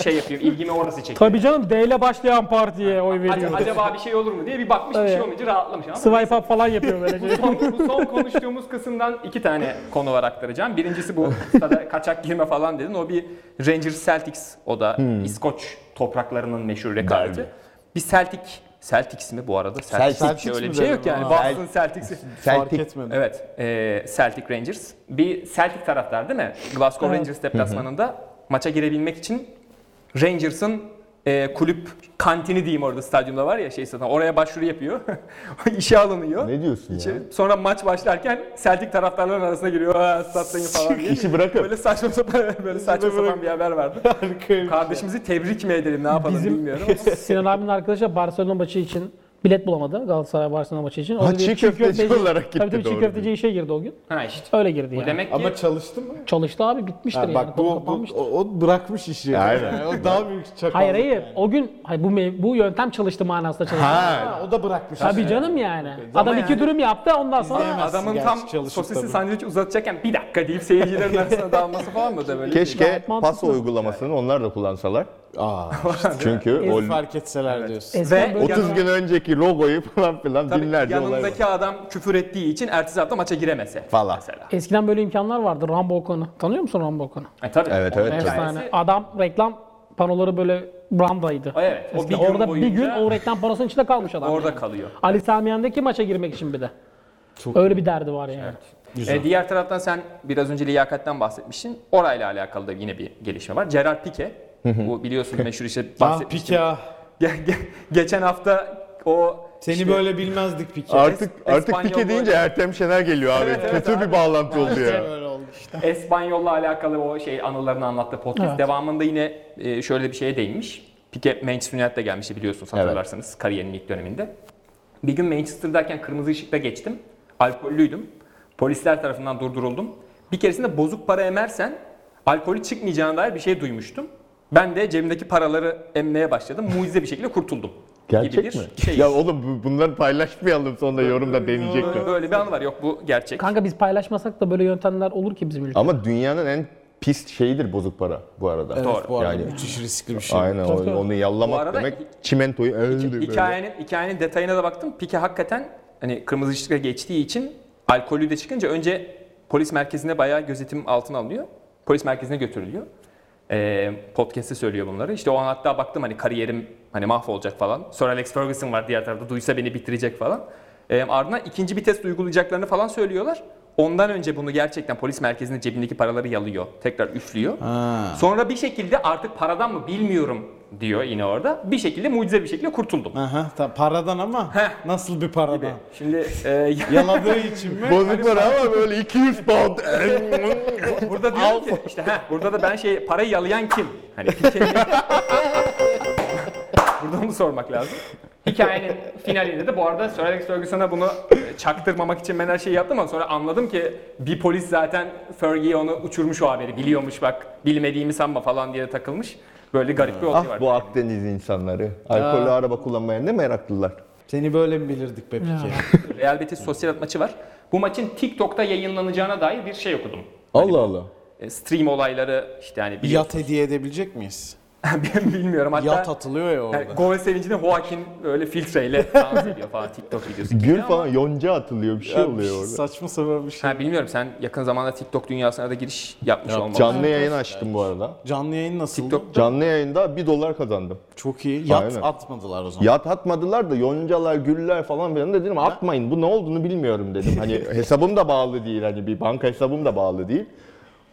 [SPEAKER 5] şey yapıyorum ilgimi orası çekiyor.
[SPEAKER 4] Tabii canım D ile başlayan partiye oy
[SPEAKER 5] Ac-
[SPEAKER 4] veriyor.
[SPEAKER 5] acaba bir şey olur mu diye bir bakmış bir şey
[SPEAKER 4] Evet.
[SPEAKER 5] olmayınca rahatlamış ama
[SPEAKER 4] Swipe up falan yapıyor
[SPEAKER 5] bu
[SPEAKER 4] böyle.
[SPEAKER 5] son, bu son konuştuğumuz kısımdan iki tane konu var aktaracağım. Birincisi bu stada kaçak girme falan dedin. O bir Rangers Celtics. O da İskoç topraklarının meşhur rekabeti. Bir Celtic. Celtics mi bu arada? Celtics,
[SPEAKER 1] Celtics
[SPEAKER 5] diye öyle
[SPEAKER 2] mi
[SPEAKER 5] bir şey yok
[SPEAKER 2] dedim?
[SPEAKER 5] yani.
[SPEAKER 2] Aa.
[SPEAKER 5] Boston Celtics.
[SPEAKER 2] Fark
[SPEAKER 1] Celtic-
[SPEAKER 2] etmedim.
[SPEAKER 5] Evet. e, Celtic Rangers. Bir Celtic taraftar değil mi? Glasgow Rangers deplasmanında maça girebilmek için Rangers'ın e, kulüp kantini diyeyim orada stadyumda var ya şey zaten oraya başvuru yapıyor. İşe alınıyor.
[SPEAKER 1] Ne diyorsun ya?
[SPEAKER 5] İçeri- Sonra maç başlarken Celtic taraftarların arasına giriyor. Aa, statlayın falan diye.
[SPEAKER 1] İşi bırakın.
[SPEAKER 5] Böyle saçma sapan, böyle saçma sapan bir haber vardı. Kardeşimizi tebrik mi edelim ne yapalım bilmiyorum.
[SPEAKER 4] Sinan abinin arkadaşı Barcelona maçı için bilet bulamadı. Galatasaray Barcelona maçı için. O
[SPEAKER 1] Ha,
[SPEAKER 4] da bir
[SPEAKER 1] çiğ köfteci olarak gitti,
[SPEAKER 4] Tabii tabii çiğ
[SPEAKER 1] doğru
[SPEAKER 4] köfteci işe girdi o gün.
[SPEAKER 5] ha işte.
[SPEAKER 4] Öyle girdi
[SPEAKER 5] Bu
[SPEAKER 4] yani.
[SPEAKER 5] demek ki
[SPEAKER 2] Ama çalıştı mı?
[SPEAKER 4] Çalıştı abi bitmiştir
[SPEAKER 2] Ha,
[SPEAKER 4] yani.
[SPEAKER 2] bak
[SPEAKER 4] konu
[SPEAKER 2] bu, bu
[SPEAKER 4] kapanmıştır.
[SPEAKER 2] o, o bırakmış işi.
[SPEAKER 1] Aynen.
[SPEAKER 2] Yani o daha büyük çakallık.
[SPEAKER 4] hayır hayır.
[SPEAKER 2] yani.
[SPEAKER 4] O gün hayır, bu mev- bu yöntem çalıştı manasında çalıştı.
[SPEAKER 2] Ha, o da bırakmış.
[SPEAKER 4] Tabii
[SPEAKER 2] işi.
[SPEAKER 4] canım yani. Adam
[SPEAKER 5] Ama
[SPEAKER 4] iki
[SPEAKER 5] yani-
[SPEAKER 4] dürüm yaptı ondan sonra
[SPEAKER 2] İzleyemez.
[SPEAKER 5] adamın
[SPEAKER 2] Gerçi
[SPEAKER 5] tam
[SPEAKER 2] çalışıp
[SPEAKER 5] sosisi
[SPEAKER 2] tabii.
[SPEAKER 5] sandviç uzatacakken bir dakika deyip seyircilerin arasına dalması falan mı da böyle?
[SPEAKER 1] Keşke
[SPEAKER 4] Gayet mantıklı.
[SPEAKER 1] paso uygulamasını onlar da kullansalar.
[SPEAKER 2] Aa,
[SPEAKER 1] Çünkü o
[SPEAKER 2] fark etseler diyorsun.
[SPEAKER 4] Eskiden
[SPEAKER 5] Ve-
[SPEAKER 4] böyle-
[SPEAKER 1] 30 gün önceki logoyu falan filan
[SPEAKER 5] Tabii
[SPEAKER 1] binlerce olay var.
[SPEAKER 5] yanındaki adam küfür ettiği için ertesi hafta maça giremese.
[SPEAKER 1] Falan.
[SPEAKER 5] Mesela.
[SPEAKER 4] Eskiden böyle imkanlar vardı. Rambo Okan'ı. Tanıyor musun Rambo Okan'ı?
[SPEAKER 5] E, tabii.
[SPEAKER 1] Evet,
[SPEAKER 5] Onun
[SPEAKER 1] evet, tabii.
[SPEAKER 5] hikayesi-
[SPEAKER 4] Efsane. Adam reklam panoları böyle brandaydı.
[SPEAKER 5] O evet, o bir
[SPEAKER 4] Eskiden
[SPEAKER 5] gün
[SPEAKER 4] orada bir gün
[SPEAKER 5] boyunca-
[SPEAKER 4] o reklam panosunun içinde kalmış adam.
[SPEAKER 5] Orada kalıyor.
[SPEAKER 4] Ali Sami Yen'deki maça girmek için bir de. Öyle bir derdi var yani.
[SPEAKER 5] E, diğer taraftan sen biraz önce liyakatten bahsetmiştin. Orayla alakalı da yine bir gelişme var. Gerard Pique. Bu biliyorsun meşhur işte
[SPEAKER 2] Ah
[SPEAKER 5] bahsetmiştim.
[SPEAKER 2] Pika.
[SPEAKER 5] Ge- ge- Geçen hafta o
[SPEAKER 2] Seni
[SPEAKER 5] işte- Ah.
[SPEAKER 2] böyle bilmezdik Pika.
[SPEAKER 1] Artık
[SPEAKER 5] Es-
[SPEAKER 1] artık
[SPEAKER 5] İspanyol
[SPEAKER 1] Pike deyince
[SPEAKER 5] bu-
[SPEAKER 1] Ertem Şener geliyor abi.
[SPEAKER 5] Evet, evet
[SPEAKER 1] Kötü
[SPEAKER 5] abi.
[SPEAKER 1] bir bağlantı oldu ya.
[SPEAKER 2] Böyle oldu işte.
[SPEAKER 5] Espanyol'la alakalı o şey anılarını anlattı podcast.
[SPEAKER 4] Evet.
[SPEAKER 5] Devamında yine e, şöyle bir şeye değinmiş. Pique Manchester United'de gelmişti biliyorsunuz hatırlarsanız kariyerinin ilk döneminde. Bir gün Manchester'dayken kırmızı ışıkta geçtim. Alkollüydüm. Polisler tarafından durduruldum. Bir keresinde bozuk para emersen alkolü çıkmayacağına dair bir şey duymuştum. Ben de cebimdeki paraları emmeye başladım. Mucize bir şekilde kurtuldum. gibi bir
[SPEAKER 1] Gerçek mi?
[SPEAKER 5] Şey.
[SPEAKER 1] Ya oğlum bu- bunları paylaşmayalım sonra yorumda deneyecekler.
[SPEAKER 5] Böyle bir anı var. Yok bu gerçek.
[SPEAKER 4] Kanka biz paylaşmasak da böyle yöntemler olur ki bizim ülkede.
[SPEAKER 1] Ama dünyanın en pis şeyidir bozuk para bu arada.
[SPEAKER 2] Evet,
[SPEAKER 5] Doğru.
[SPEAKER 2] bu arada
[SPEAKER 1] Yani-
[SPEAKER 2] müthiş riskli bir şey.
[SPEAKER 1] Aynen
[SPEAKER 4] Tabii,
[SPEAKER 1] o-
[SPEAKER 4] tabii.
[SPEAKER 1] onu
[SPEAKER 5] Bu
[SPEAKER 1] yallamak
[SPEAKER 5] arada
[SPEAKER 1] demek
[SPEAKER 5] hi-
[SPEAKER 1] çimentoyu öldü böyle.
[SPEAKER 5] Hikayenin, hikayenin detayına da baktım. Pike hakikaten hani kırmızı ışıkta geçtiği için alkolü de çıkınca önce polis merkezine bayağı gözetim altına alınıyor. Polis merkezine götürülüyor. Ee, podcast'te söylüyor bunları. İşte o an hatta baktım hani kariyerim hani mahvolacak falan. Sir Alex Ferguson var diğer tarafta duysa beni bitirecek falan. E, ardından ikinci bir test uygulayacaklarını falan söylüyorlar. Ondan önce bunu gerçekten polis merkezinde cebindeki paraları yalıyor. Tekrar üflüyor. Sonra bir şekilde artık paradan mı bilmiyorum diyor yine orada. Bir şekilde mucize bir şekilde kurtuldum.
[SPEAKER 2] Aha, ta- paradan ama nasıl bir
[SPEAKER 5] gibi.
[SPEAKER 2] paradan?
[SPEAKER 5] Şimdi e,
[SPEAKER 2] Yaladığı için mi?
[SPEAKER 1] Bozuk para ama böyle 200 pound.
[SPEAKER 5] burada diyor ki işte heh, burada da ben şey parayı yalayan kim? Hani burada onu sormak lazım. Hikayenin finalinde de bu arada Sir Ferguson'a bunu e, çaktırmamak için ben her şeyi yaptım ama sonra anladım ki bir polis zaten Fergie'ye onu uçurmuş o haberi. Biliyormuş bak bilmediğimi sanma falan diye takılmış. Böyle garip bir olay var.
[SPEAKER 1] ah bu Akdeniz insanları. Alkollü araba kullanmaya ne meraklılar.
[SPEAKER 2] Seni böyle mi bilirdik be Pike?
[SPEAKER 5] Real Betis sosyal Hat maçı var. Bu maçın TikTok'ta yayınlanacağına dair bir şey okudum.
[SPEAKER 1] Allah Allah.
[SPEAKER 5] E, Stream olayları işte hani biliyorsun.
[SPEAKER 2] Yat hediye edebilecek miyiz?
[SPEAKER 5] Ben bilmiyorum hatta.
[SPEAKER 2] Yat atılıyor ya
[SPEAKER 5] Yani
[SPEAKER 2] orada.
[SPEAKER 5] gol sevincinde Joaquin böyle filtreyle dans ediyor falan TikTok videosu. gibi
[SPEAKER 1] Gül
[SPEAKER 5] ama-
[SPEAKER 1] falan yonca atılıyor bir şey oluyor orada.
[SPEAKER 2] Saçma sapan bir şey.
[SPEAKER 5] Ha, bilmiyorum sen yakın zamanda TikTok dünyasına da giriş yapmış olmalısın.
[SPEAKER 1] Canlı yayın açtım bu arada.
[SPEAKER 2] Canlı yayın nasıl?
[SPEAKER 5] TikTok-
[SPEAKER 1] Canlı yayında 1 dolar kazandım.
[SPEAKER 2] Çok iyi. Yat
[SPEAKER 1] Aynen.
[SPEAKER 2] atmadılar o zaman.
[SPEAKER 1] Yat atmadılar da yoncalar, güller falan filan da dedim atmayın bu ne olduğunu bilmiyorum dedim. Hani hesabım da bağlı değil hani bir banka hesabım da bağlı değil.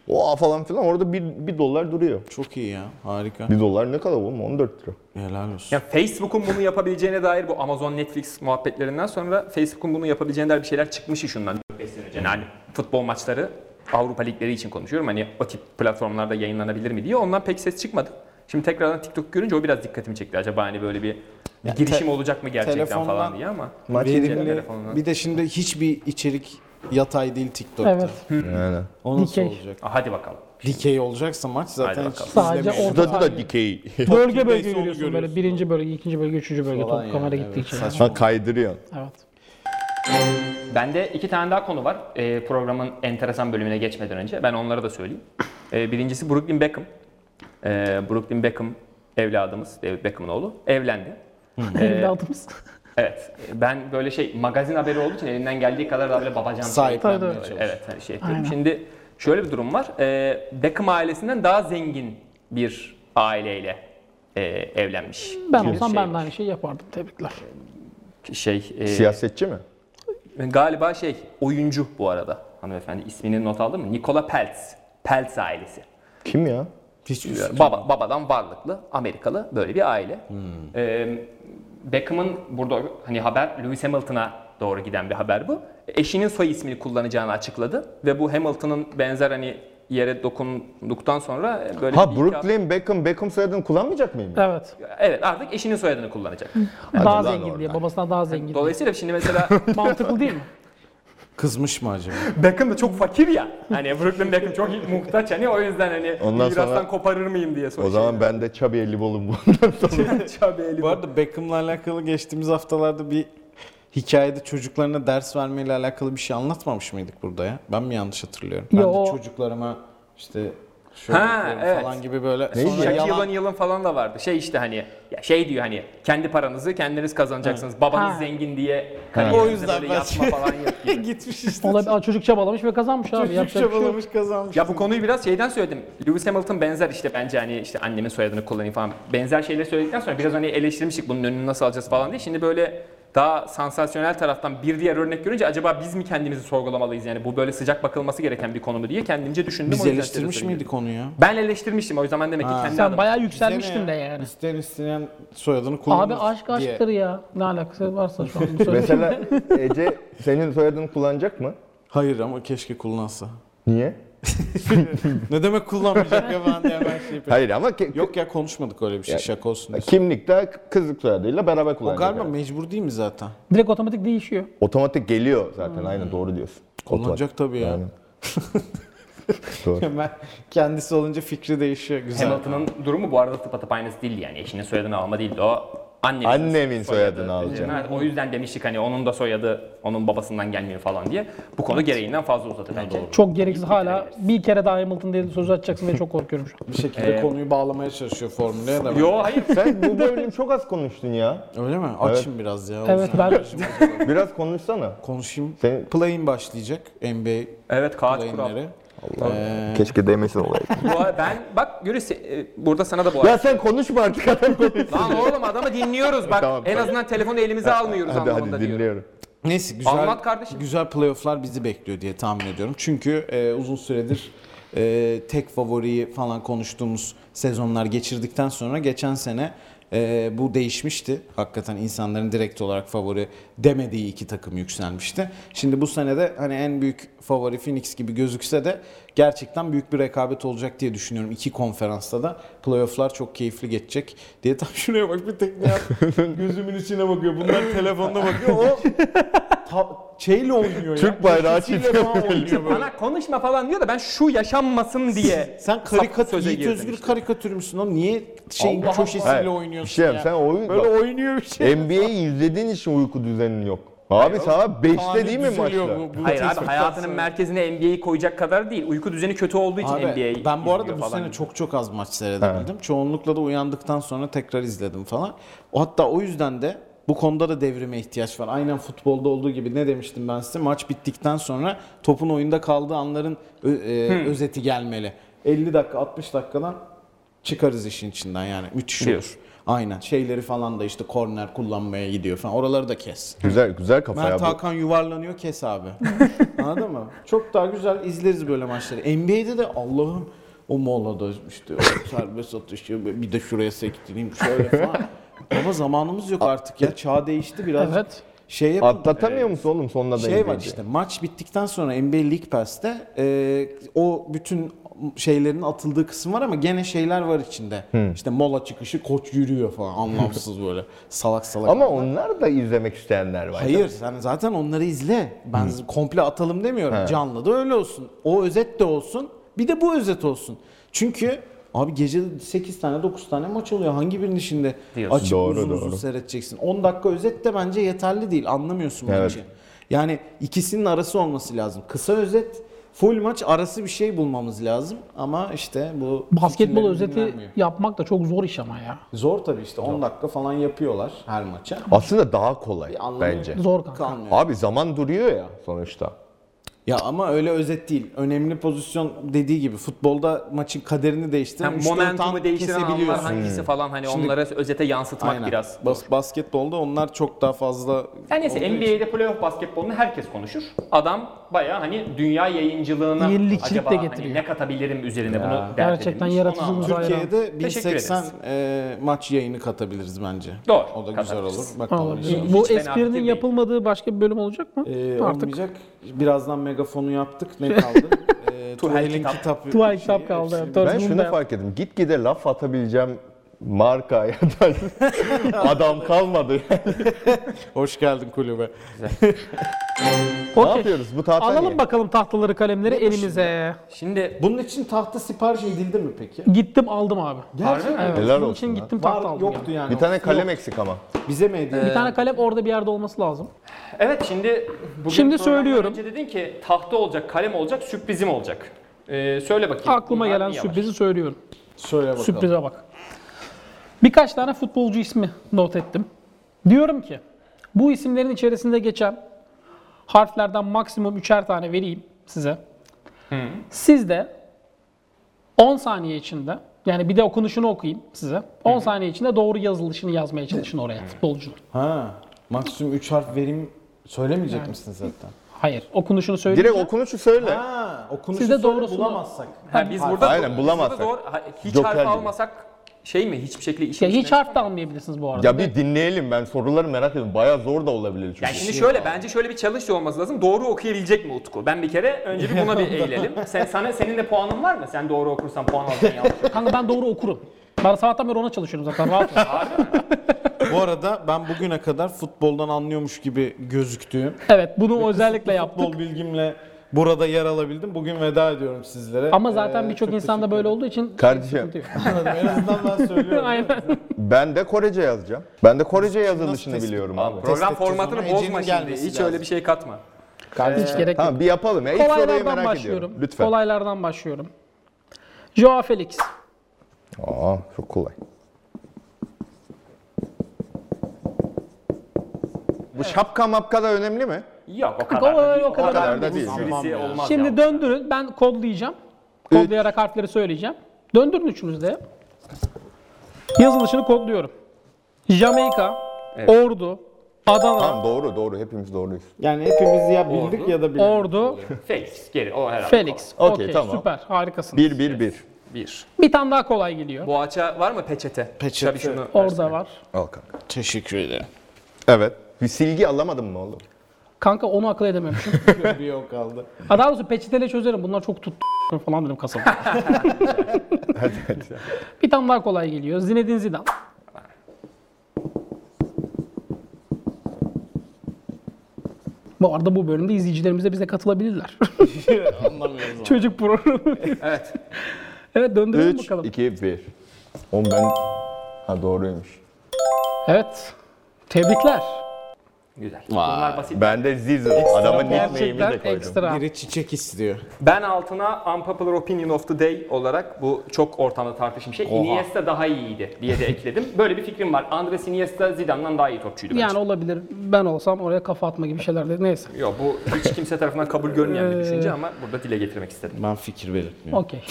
[SPEAKER 1] Oha falan filan orada 1 dolar duruyor.
[SPEAKER 2] Çok iyi ya. Harika.
[SPEAKER 1] 1 dolar ne kadar oğlum 14 lira.
[SPEAKER 2] Helal olsun.
[SPEAKER 5] Ya Facebook'un bunu yapabileceğine dair bu Amazon Netflix muhabbetlerinden sonra Facebook'un bunu yapabileceğine dair bir şeyler çıkmış şundan 5 sene önce. Yani hani futbol maçları Avrupa ligleri için konuşuyorum. Hani o tip platformlarda yayınlanabilir mi diye. Ondan pek ses çıkmadı. Şimdi tekrardan TikTok görünce o biraz dikkatimi çekti. Acaba hani böyle bir bir girişim olacak mı gerçekten falan
[SPEAKER 2] telefondan-
[SPEAKER 5] diye ama.
[SPEAKER 2] Verimli.
[SPEAKER 5] telefonundan.
[SPEAKER 2] Bir de şimdi hiçbir içerik yatay değil TikTok'ta.
[SPEAKER 4] Evet.
[SPEAKER 1] Yani.
[SPEAKER 2] O nasıl
[SPEAKER 4] Dikey.
[SPEAKER 2] olacak?
[SPEAKER 5] Aa, hadi bakalım.
[SPEAKER 2] Dikey olacaksa maç zaten
[SPEAKER 5] Haydi
[SPEAKER 2] hiç
[SPEAKER 5] bakalım.
[SPEAKER 4] Sadece
[SPEAKER 2] izlemeyiz.
[SPEAKER 4] orta
[SPEAKER 1] Burada da
[SPEAKER 4] saha.
[SPEAKER 1] dikey.
[SPEAKER 4] Bölge bölge
[SPEAKER 2] Neyse onu
[SPEAKER 4] görüyorsun böyle.
[SPEAKER 2] görüyorsun.
[SPEAKER 4] Birinci bölge, ikinci bölge, üçüncü bölge.
[SPEAKER 2] Falan
[SPEAKER 4] Top kamera
[SPEAKER 2] yani,
[SPEAKER 4] gittiği
[SPEAKER 2] evet.
[SPEAKER 4] için.
[SPEAKER 2] Saçma.
[SPEAKER 1] ha kaydırıyorsun.
[SPEAKER 4] Evet.
[SPEAKER 5] Bende iki tane daha konu var. Ee, programın enteresan bölümüne geçmeden önce. Ben onları da söyleyeyim. Ee, birincisi Brooklyn Beckham. Ee, Brooklyn Beckham evladımız, David Beckham'ın oğlu. Evlendi.
[SPEAKER 1] Ee,
[SPEAKER 4] Evladımız.
[SPEAKER 5] Evet. Ben böyle şey magazin haberi olduğu için elimden geldiği kadar da böyle babacan.
[SPEAKER 2] Sahiplenmeye
[SPEAKER 4] Tabii, tabii.
[SPEAKER 2] çalışıyor.
[SPEAKER 5] Evet hani şey
[SPEAKER 4] Aynen.
[SPEAKER 5] yapıyorum. Şimdi şöyle bir durum var. Ee, Beckham ailesinden daha zengin bir aileyle e, evlenmiş.
[SPEAKER 4] Ben
[SPEAKER 5] Bir
[SPEAKER 4] olsam
[SPEAKER 5] şey-
[SPEAKER 4] ben de aynı şeyi yapardım. Tebrikler.
[SPEAKER 5] Şey, e,
[SPEAKER 1] Siyasetçi mi?
[SPEAKER 5] Galiba şey oyuncu bu arada hanımefendi ismini not aldın mı? Nikola Peltz. Peltz ailesi.
[SPEAKER 1] Kim ya?
[SPEAKER 2] Hiçbir
[SPEAKER 5] Baba, babadan varlıklı Amerikalı böyle bir aile.
[SPEAKER 1] Hmm.
[SPEAKER 5] Ee, Beckham'ın burada hani haber Lewis Hamilton'a doğru giden bir haber bu. Eşinin soy ismini kullanacağını açıkladı ve bu Hamilton'ın benzer hani yere dokunduktan sonra böyle bir
[SPEAKER 1] Ha
[SPEAKER 5] iki-
[SPEAKER 1] Brooklyn Beckham Beckham soyadını kullanmayacak mıyım?
[SPEAKER 4] Evet.
[SPEAKER 5] Evet artık eşinin soyadını kullanacak.
[SPEAKER 1] Hmm.
[SPEAKER 4] Daha
[SPEAKER 1] lan
[SPEAKER 4] zengin diye.
[SPEAKER 1] oradan.
[SPEAKER 4] Babasına daha zengin diye.
[SPEAKER 5] Dolayısıyla şimdi mesela
[SPEAKER 4] Mantıklı değil mi?
[SPEAKER 2] Kızmış mı acaba?
[SPEAKER 5] Beckham da çok fakir ya. Hani Brooklyn Beckham çok muhtaç hani o yüzden hani
[SPEAKER 1] Ondan
[SPEAKER 5] mirastan
[SPEAKER 1] sonra-
[SPEAKER 5] koparır mıyım diye soruyor.
[SPEAKER 1] O zaman ben de Chubby Elibol'um bundan sonra.
[SPEAKER 2] Bu arada Beckham'la alakalı geçtiğimiz haftalarda bir hikayede çocuklarına ders vermeyle alakalı bir şey anlatmamış mıydık burada ya? Ben mi yanlış hatırlıyorum? Ben
[SPEAKER 4] Yo, o-
[SPEAKER 2] de çocuklarıma işte şöyle
[SPEAKER 5] Ha,
[SPEAKER 2] yapıyorum
[SPEAKER 5] evet.
[SPEAKER 2] falan gibi böyle
[SPEAKER 1] Neydi
[SPEAKER 2] sonra
[SPEAKER 1] ya?
[SPEAKER 2] şey
[SPEAKER 5] Şakir
[SPEAKER 2] yalan
[SPEAKER 5] yılın yılın falan da vardı. Şey işte hani ya şey diyor hani kendi paranızı kendiniz kazanacaksınız. Babanız
[SPEAKER 4] Ha.
[SPEAKER 5] zengin diye
[SPEAKER 2] O
[SPEAKER 5] kariyerinize
[SPEAKER 2] yüzden
[SPEAKER 5] böyle
[SPEAKER 2] ben- şey-
[SPEAKER 5] yapma falan yok gibi.
[SPEAKER 2] gitmiş işte.
[SPEAKER 4] Olabilir. Aa, Çocuk çabalamış ve kazanmış abi.
[SPEAKER 2] Çocuk
[SPEAKER 4] Yapacak bir şey yok.
[SPEAKER 2] çabalamış kazanmış.
[SPEAKER 5] Ya bu konuyu biraz şeyden söyledim. Lewis Hamilton benzer işte bence hani işte annemin soyadını kullanayım falan. Benzer şeyleri söyledikten sonra biraz hani eleştirmiştik bunun önünü nasıl alacağız falan diye. Şimdi böyle daha sansasyonel taraftan bir diğer örnek görünce acaba biz mi kendimizi sorgulamalıyız yani bu böyle sıcak bakılması gereken bir konu mu diye kendimce düşündüm. O
[SPEAKER 2] Biz
[SPEAKER 5] yüzden
[SPEAKER 2] eleştirmiş
[SPEAKER 5] size
[SPEAKER 2] miydik onu ya?
[SPEAKER 5] Ben eleştirmiştim o yüzden ben demek ki kendi
[SPEAKER 4] Sen
[SPEAKER 5] adıma.
[SPEAKER 4] bayağı yükselmiştin de yani.
[SPEAKER 2] İsteyen isteyen soyadını kullanırız
[SPEAKER 4] Abi aşk
[SPEAKER 2] diye.
[SPEAKER 4] aşktır ya. Ne alakası varsa şu an. bu söyle.
[SPEAKER 1] Mesela Ece senin soyadını kullanacak mı?
[SPEAKER 2] Hayır ama keşke kullansa.
[SPEAKER 1] Niye?
[SPEAKER 2] ne demek kullanmayacak ya ben de hemen şey yapıyorum.
[SPEAKER 1] Hayır ama ki-
[SPEAKER 2] Yok ya konuşmadık öyle bir şey şaka olsun. diye.
[SPEAKER 1] kimlikte kızlık soyadıyla beraber
[SPEAKER 2] O
[SPEAKER 1] kullanacak.
[SPEAKER 2] galiba
[SPEAKER 1] herhalde.
[SPEAKER 2] mecbur değil mi zaten?
[SPEAKER 4] Direkt otomatik değişiyor.
[SPEAKER 1] Otomatik geliyor zaten aynen doğru diyorsun.
[SPEAKER 2] Kullanacak tabii ya.
[SPEAKER 1] Aynen. Doğru.
[SPEAKER 2] Hemen kendisi olunca fikri değişiyor. Güzel.
[SPEAKER 5] Hamilton'ın durumu bu arada tıpatıp aynısı değil yani. Eşinin soyadını alma değildi o. Annemin,
[SPEAKER 1] Annemin soyadını alacağım.
[SPEAKER 5] Evet, o yüzden demiştik hani onun da soyadı onun babasından gelmiyor falan diye. Bu konu gereğinden fazla uzadı bence.
[SPEAKER 4] Çok gereksiz hala. Bir kere daha Hamilton diye sözü açacaksın diye çok korkuyorum şu an.
[SPEAKER 2] Bir şekilde konuyu bağlamaya çalışıyor formüle de.
[SPEAKER 5] Yo hayır.
[SPEAKER 1] Sen bu bölüm çok az konuştun ya.
[SPEAKER 2] Öyle mi? Açayım biraz ya.
[SPEAKER 4] Evet ben
[SPEAKER 1] Biraz konuşsana.
[SPEAKER 2] Konuşayım.
[SPEAKER 1] Sen-
[SPEAKER 2] Play'in başlayacak. NBA
[SPEAKER 5] Evet kağıt kural.
[SPEAKER 2] play'inleri.
[SPEAKER 1] Keşke demesin olaydı.
[SPEAKER 5] Bu ar- ben bak Yuri se- e, burada sana da bu
[SPEAKER 1] ya
[SPEAKER 5] arada.
[SPEAKER 1] sen konuşma artık adam konuş.
[SPEAKER 5] Lan oğlum adamı dinliyoruz bak.
[SPEAKER 1] Tamam,
[SPEAKER 5] en
[SPEAKER 1] tamam.
[SPEAKER 5] azından telefonu elimize almıyoruz
[SPEAKER 1] hadi
[SPEAKER 5] anlamında
[SPEAKER 1] hadi
[SPEAKER 5] diyorum.
[SPEAKER 1] dinliyorum.
[SPEAKER 2] Neyse güzel,
[SPEAKER 5] Anlat kardeşim.
[SPEAKER 2] güzel playofflar bizi bekliyor diye tahmin ediyorum. Çünkü e, uzun süredir e, tek favoriyi falan konuştuğumuz sezonlar geçirdikten sonra geçen sene e, bu değişmişti. Hakikaten insanların direkt olarak favori demediği iki takım yükselmişti. Şimdi bu sene de hani en büyük favori Phoenix gibi gözükse de gerçekten büyük bir rekabet olacak diye düşünüyorum. İki konferansta da playofflar çok keyifli geçecek diye tam şuraya bak bir tekne yap. gözümün içine bakıyor. Bunlar telefonda bakıyor. O ta- şeyle oynuyor ya.
[SPEAKER 1] Türk bayrağı
[SPEAKER 2] Keçisiyle
[SPEAKER 1] çiftliğe
[SPEAKER 2] falan oynuyor böyle.
[SPEAKER 5] Bana konuşma falan diyor da ben şu yaşanmasın diye.
[SPEAKER 2] Sen
[SPEAKER 5] sapık
[SPEAKER 2] karikatür,
[SPEAKER 5] söze
[SPEAKER 2] Yiğit
[SPEAKER 5] girdim
[SPEAKER 2] Özgür
[SPEAKER 5] işte.
[SPEAKER 2] karikatür müsün oğlum? Niye şeyin
[SPEAKER 5] Allah Allah.
[SPEAKER 2] köşesiyle
[SPEAKER 1] Hayır,
[SPEAKER 2] oynuyorsun
[SPEAKER 1] bir şey yap,
[SPEAKER 2] ya?
[SPEAKER 1] sen oyun
[SPEAKER 2] Böyle
[SPEAKER 1] bak.
[SPEAKER 2] oynuyor bir şey.
[SPEAKER 1] NBA'yi izlediğin için uyku düzenin yok. Abi sabah 5'te değil mi
[SPEAKER 2] Düzülüyor
[SPEAKER 1] maçlar?
[SPEAKER 2] bu- bu
[SPEAKER 5] Hayır abi
[SPEAKER 2] tespitten
[SPEAKER 5] hayatının
[SPEAKER 2] sonra.
[SPEAKER 5] merkezine NBA'yi koyacak kadar değil. Uyku düzeni kötü olduğu için
[SPEAKER 2] Abi,
[SPEAKER 5] NBA'yi
[SPEAKER 2] ben bu arada
[SPEAKER 5] izliyor
[SPEAKER 2] bu
[SPEAKER 5] falan.
[SPEAKER 2] sene çok çok az maç seyredebildim. Çoğunlukla da uyandıktan sonra tekrar izledim falan. O hatta o yüzden de bu konuda da devrime ihtiyaç var. Aynen futbolda olduğu gibi ne demiştim ben size? Maç bittikten sonra topun oyunda kaldığı anların ö- e,
[SPEAKER 5] Hmm.
[SPEAKER 2] özeti gelmeli. 50 dakika 60 dakikadan çıkarız işin içinden yani. Müthiş olur.
[SPEAKER 5] Diyorsun.
[SPEAKER 2] Aynen. Şeyleri falan da işte korner kullanmaya gidiyor falan. Oraları da kes.
[SPEAKER 1] Güzel güzel kafa ya
[SPEAKER 2] Mert
[SPEAKER 1] bu.
[SPEAKER 2] Hakan yuvarlanıyor kes abi. Anladın mı? Çok daha güzel izleriz böyle maçları. NBA'de de Allah'ım o molada işte o serbest atışı bir de şuraya sektireyim şöyle falan. Ama zamanımız yok artık ya. Çağ değişti biraz.
[SPEAKER 4] Evet.
[SPEAKER 2] Şey yapın.
[SPEAKER 1] Atlatamıyor musun oğlum sonuna da
[SPEAKER 2] Şey var
[SPEAKER 1] NBA'de?
[SPEAKER 2] işte maç bittikten sonra NBA League Pass'te e, o bütün şeylerin atıldığı kısım var ama gene şeyler var içinde. İşte mola çıkışı koç yürüyor falan anlamsız böyle salak salak.
[SPEAKER 1] Ama onlar da izlemek isteyenler var.
[SPEAKER 2] Hayır sen zaten onları izle. Ben komple atalım demiyorum. Canlı da öyle olsun. O özet de olsun. Bir de bu özet olsun. Çünkü abi gece 8 tane 9 tane maç oluyor. Hangi birinin şimdi
[SPEAKER 5] Diyorsun.
[SPEAKER 2] açıp
[SPEAKER 1] Doğru,
[SPEAKER 2] uzun uzun
[SPEAKER 1] doğru.
[SPEAKER 2] seyredeceksin. 10 dakika özet de bence yeterli değil. Anlamıyorsun
[SPEAKER 1] Evet.
[SPEAKER 2] bence. Yani ikisinin arası olması lazım. Kısa özet, full maç arası bir şey bulmamız lazım. Ama işte bu
[SPEAKER 4] Basketbol
[SPEAKER 2] fikirlerim
[SPEAKER 4] özeti
[SPEAKER 2] dinlenmiyor.
[SPEAKER 4] yapmak da çok zor iş ama ya.
[SPEAKER 2] Zor tabii işte 10 dakika falan yapıyorlar her maça.
[SPEAKER 1] Aslında daha kolay
[SPEAKER 2] anlamı
[SPEAKER 1] bence.
[SPEAKER 4] Zor kanka.
[SPEAKER 2] Kalmıyor.
[SPEAKER 1] Abi zaman duruyor ya sonuçta.
[SPEAKER 2] Ya ama öyle özet değil. Önemli pozisyon dediği gibi futbolda maçın kaderini değiştiren
[SPEAKER 5] Yani
[SPEAKER 2] yani
[SPEAKER 5] momentumu değiştiren anlar
[SPEAKER 2] kesebiliyorsun. Hmm.
[SPEAKER 5] hangisi falan hani
[SPEAKER 2] Şimdi-
[SPEAKER 5] onlara özete yansıtmak
[SPEAKER 2] Aynen.
[SPEAKER 5] biraz.
[SPEAKER 2] Bas- basketbolda onlar çok daha fazla
[SPEAKER 5] Yani neyse NBA'de playoff basketbolunu herkes konuşur. Adam baya hani dünya yayıncılığına
[SPEAKER 4] Yenilikçilik
[SPEAKER 5] acaba
[SPEAKER 4] de
[SPEAKER 5] hani
[SPEAKER 4] getiriyor.
[SPEAKER 5] ne katabilirim üzerine bunu dert
[SPEAKER 4] Gerçekten
[SPEAKER 5] edilmiş.
[SPEAKER 4] yaratıcı
[SPEAKER 5] Onu
[SPEAKER 4] bir-
[SPEAKER 5] anladım.
[SPEAKER 2] Türkiye'de
[SPEAKER 5] Teşekkür
[SPEAKER 2] 1080
[SPEAKER 5] ederiz.
[SPEAKER 2] e, maç yayını katabiliriz bence.
[SPEAKER 5] Doğru,
[SPEAKER 2] O da güzel
[SPEAKER 5] katabiliriz.
[SPEAKER 2] olur. Bakalım.
[SPEAKER 4] Olabilir.
[SPEAKER 2] inşallah.
[SPEAKER 4] Bu
[SPEAKER 5] fena fikir
[SPEAKER 4] esprinin
[SPEAKER 5] değil.
[SPEAKER 4] yapılmadığı başka bir bölüm olacak mı?
[SPEAKER 2] E,
[SPEAKER 4] Artık
[SPEAKER 2] olmayacak. Birazdan megafonu yaptık. Ne kaldı? E, Tuhel'in
[SPEAKER 5] kitap.
[SPEAKER 2] kitap. şey-
[SPEAKER 4] Tuval
[SPEAKER 2] şeyi,
[SPEAKER 4] kitap kaldı.
[SPEAKER 2] hepsi-
[SPEAKER 4] evet. Dördüncü
[SPEAKER 1] Ben şunu
[SPEAKER 4] bunda yap-
[SPEAKER 1] fark ettim. Gitgide laf atabileceğim marka ya da adam kalmadı.
[SPEAKER 2] Hoş geldin kulübe.
[SPEAKER 1] ne
[SPEAKER 4] Okey.
[SPEAKER 1] yapıyoruz? Bu tatil
[SPEAKER 4] Alalım bakalım tahtaları kalemleri elimize.
[SPEAKER 5] Şimdi
[SPEAKER 2] Bunun için tahta sipariş edildi mi peki?
[SPEAKER 4] Gittim aldım abi.
[SPEAKER 2] Gerçekten
[SPEAKER 4] Evet.
[SPEAKER 1] Helal
[SPEAKER 4] Bunun
[SPEAKER 1] olsun
[SPEAKER 4] için
[SPEAKER 1] lan.
[SPEAKER 4] gittim tahta
[SPEAKER 2] Var,
[SPEAKER 4] aldım.
[SPEAKER 2] yoktu
[SPEAKER 4] yani.
[SPEAKER 2] yani.
[SPEAKER 1] Bir tane
[SPEAKER 2] Yok.
[SPEAKER 1] kalem eksik ama.
[SPEAKER 2] Bize mi hediye?
[SPEAKER 4] Bir tane kalem orada bir yerde olması lazım.
[SPEAKER 5] evet şimdi bugün
[SPEAKER 4] Şimdi
[SPEAKER 5] programdan
[SPEAKER 4] söylüyorum.
[SPEAKER 5] Önce dedin ki tahta olacak, kalem olacak, sürprizim olacak. Ee, söyle bakayım.
[SPEAKER 4] Aklıma
[SPEAKER 5] bunlar
[SPEAKER 4] gelen
[SPEAKER 5] niye var?
[SPEAKER 4] sürprizi söylüyorum.
[SPEAKER 2] Söyle bakalım.
[SPEAKER 4] Sürprize bak. Birkaç tane futbolcu ismi not ettim. Diyorum ki bu isimlerin içerisinde geçen harflerden maksimum üçer tane vereyim size. Siz de 10 saniye içinde yani bir de okunuşunu okuyayım size. 10 saniye içinde doğru yazılışını yazmaya çalışın oraya futbolcunun.
[SPEAKER 2] Ha, maksimum 3 harf vereyim söylemeyecek misin zaten?
[SPEAKER 4] Hayır, okunuşunu söyleyeceğim.
[SPEAKER 1] Direkt okunuşu söyle.
[SPEAKER 2] Ha, okunuşu
[SPEAKER 4] Siz de
[SPEAKER 2] söyle,
[SPEAKER 4] doğrusunu-
[SPEAKER 2] bulamazsak.
[SPEAKER 5] Ha, biz burada
[SPEAKER 1] Aynen,
[SPEAKER 5] biz
[SPEAKER 1] bulamazsak.
[SPEAKER 5] burada doğru- ha, hiç
[SPEAKER 1] Joker
[SPEAKER 5] harf
[SPEAKER 1] gibi.
[SPEAKER 5] almasak şey mi hiçbir şekilde işin
[SPEAKER 4] Ya hiç
[SPEAKER 5] içine-
[SPEAKER 4] harf da almayabilirsiniz bu arada.
[SPEAKER 1] Ya bir dinleyelim ben soruları merak ediyorum. Bayağı zor da olabilir çünkü.
[SPEAKER 5] Yani şimdi şöyle bence şöyle bir challenge olması lazım. Doğru okuyabilecek mi Utku? Ben bir kere önce bir buna bir eğilelim. Sen sana senin de puanın var mı? Sen doğru okursan puan alacaksın yanlış.
[SPEAKER 4] Kanka ben doğru okurum. Ben sabahtan beri ona çalışıyorum zaten. Rahat ol.
[SPEAKER 2] Bu arada ben bugüne kadar futboldan anlıyormuş gibi gözüktüğüm
[SPEAKER 4] evet, bunu özellikle yaptık.
[SPEAKER 2] futbol bilgimle burada yer alabildim. Bugün veda ediyorum sizlere.
[SPEAKER 4] Ama zaten
[SPEAKER 2] Ee,
[SPEAKER 4] birçok
[SPEAKER 2] çok
[SPEAKER 4] insanda
[SPEAKER 2] teşekkür
[SPEAKER 4] böyle olduğu için
[SPEAKER 1] Kardeşim
[SPEAKER 4] sıkıntı yok.
[SPEAKER 2] ederim. En azından ben söylüyorum.
[SPEAKER 4] Aynen.
[SPEAKER 1] ben de Korece yazacağım. Ben de Korece yazılışını
[SPEAKER 2] tespit-
[SPEAKER 1] biliyorum abi.
[SPEAKER 5] Program
[SPEAKER 2] edeceğiz
[SPEAKER 5] formatını
[SPEAKER 2] ama Ece'nin
[SPEAKER 5] bozma şimdi. Hiç
[SPEAKER 2] gelmesi
[SPEAKER 5] öyle bir şey katma.
[SPEAKER 4] Hiç gerek yok.
[SPEAKER 1] Ee, Tamam bir yapalım ya. İlk soruyu
[SPEAKER 4] Kolaylardan
[SPEAKER 1] merak
[SPEAKER 4] başlıyorum.
[SPEAKER 1] ediyorum. Lütfen.
[SPEAKER 4] Kolaylardan başlıyorum. Joao Felix.
[SPEAKER 1] Aa çok kolay. Bu şapka mapka da önemli mi?
[SPEAKER 5] Yok o
[SPEAKER 4] o-
[SPEAKER 5] kadar. da değil,
[SPEAKER 4] o kadar
[SPEAKER 1] da
[SPEAKER 5] da
[SPEAKER 1] değil.
[SPEAKER 5] değil. Süresi
[SPEAKER 2] Tamam ya.
[SPEAKER 5] olmaz
[SPEAKER 4] Şimdi
[SPEAKER 5] ya.
[SPEAKER 4] döndürün. Ben kodlayacağım. Kodlayarak harfleri söyleyeceğim. Döndürün üçünüz de. Yazılışını kodluyorum. Jamaika, Ordu, Adana,
[SPEAKER 1] Tamam doğru doğru hepimiz doğruyuz.
[SPEAKER 2] Yani hepimiz ya bildik
[SPEAKER 5] Ordu.
[SPEAKER 2] ya da bildik.
[SPEAKER 4] Ordu,
[SPEAKER 5] Felix geri o herhalde.
[SPEAKER 4] Felix.
[SPEAKER 1] Okey,
[SPEAKER 4] Okey,
[SPEAKER 1] tamam.
[SPEAKER 4] süper. Harikasın. Bir.
[SPEAKER 1] 1 1 1.
[SPEAKER 5] kolay. Bir.
[SPEAKER 4] tane daha kolay geliyor.
[SPEAKER 5] Boğaça var mı peçete?
[SPEAKER 2] Peçete.
[SPEAKER 5] Tabii şunu
[SPEAKER 4] Orada var.
[SPEAKER 1] Al kanka.
[SPEAKER 2] Teşekkür ederim.
[SPEAKER 1] Evet. Bir silgi alamadın mı oğlum?
[SPEAKER 4] Kanka onu akıl edememişim.
[SPEAKER 2] Bir yok kaldı.
[SPEAKER 4] Ha, Daha doğrusu peçeteyle çözerim. Bunlar çok tuttu falan dedim kasaba. Bir tane daha kolay geliyor. Zinedine Zidane. Bu arada bu bölümde izleyicilerimiz de bize katılabilirler.
[SPEAKER 2] Anlamıyoruz.
[SPEAKER 4] Çocuk programı.
[SPEAKER 5] Evet.
[SPEAKER 4] evet döndürelim
[SPEAKER 1] 3
[SPEAKER 4] bakalım.
[SPEAKER 1] 2 1. Oğlum ben ha doğruymuş.
[SPEAKER 4] Evet. Tebrikler.
[SPEAKER 5] Güzel.
[SPEAKER 2] Vay.
[SPEAKER 5] Bunlar basit.
[SPEAKER 1] Ben de Zizzo. Adamın nickname'ini
[SPEAKER 4] Gerçekten
[SPEAKER 1] de koydum.
[SPEAKER 4] ekstra.
[SPEAKER 2] Biri çiçek istiyor.
[SPEAKER 5] Ben altına unpopular opinion of the day olarak bu çok ortamda tartışmış şey. Iniesta daha iyiydi diye de ekledim. Böyle bir fikrim var. Andres Iniesta Zidane'dan daha iyi topçuydu bence.
[SPEAKER 4] Yani olabilir. Ben olsam oraya kafa atma gibi şeyler de neyse.
[SPEAKER 5] Yok bu hiç kimse tarafından kabul görmeyen
[SPEAKER 4] Ee.
[SPEAKER 5] bir düşünce ama burada dile getirmek istedim.
[SPEAKER 2] Ben fikir belirtmiyorum.
[SPEAKER 4] Okey.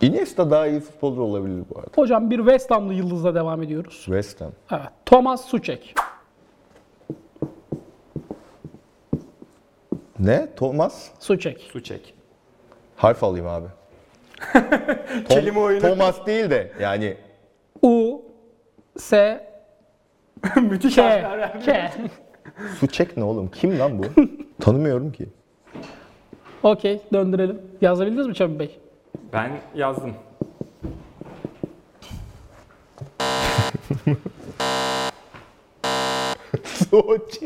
[SPEAKER 1] Iniesta daha iyi futbolcu olabilir bu arada.
[SPEAKER 4] Hocam bir West Hamlı yıldızla devam ediyoruz.
[SPEAKER 1] West Ham.
[SPEAKER 4] Evet. Thomas Suçek.
[SPEAKER 1] Ne? Thomas?
[SPEAKER 4] Suçek.
[SPEAKER 5] Su çek.
[SPEAKER 1] Harf alayım abi. Tom-
[SPEAKER 5] Kelime oyunu.
[SPEAKER 1] Thomas değil de yani
[SPEAKER 4] U S
[SPEAKER 5] Müthiş
[SPEAKER 4] K K.
[SPEAKER 1] su çek ne oğlum? Kim lan bu? Tanımıyorum ki.
[SPEAKER 4] Okey, döndürelim. Yazabildiniz mi Çabuk Bey?
[SPEAKER 5] Ben yazdım.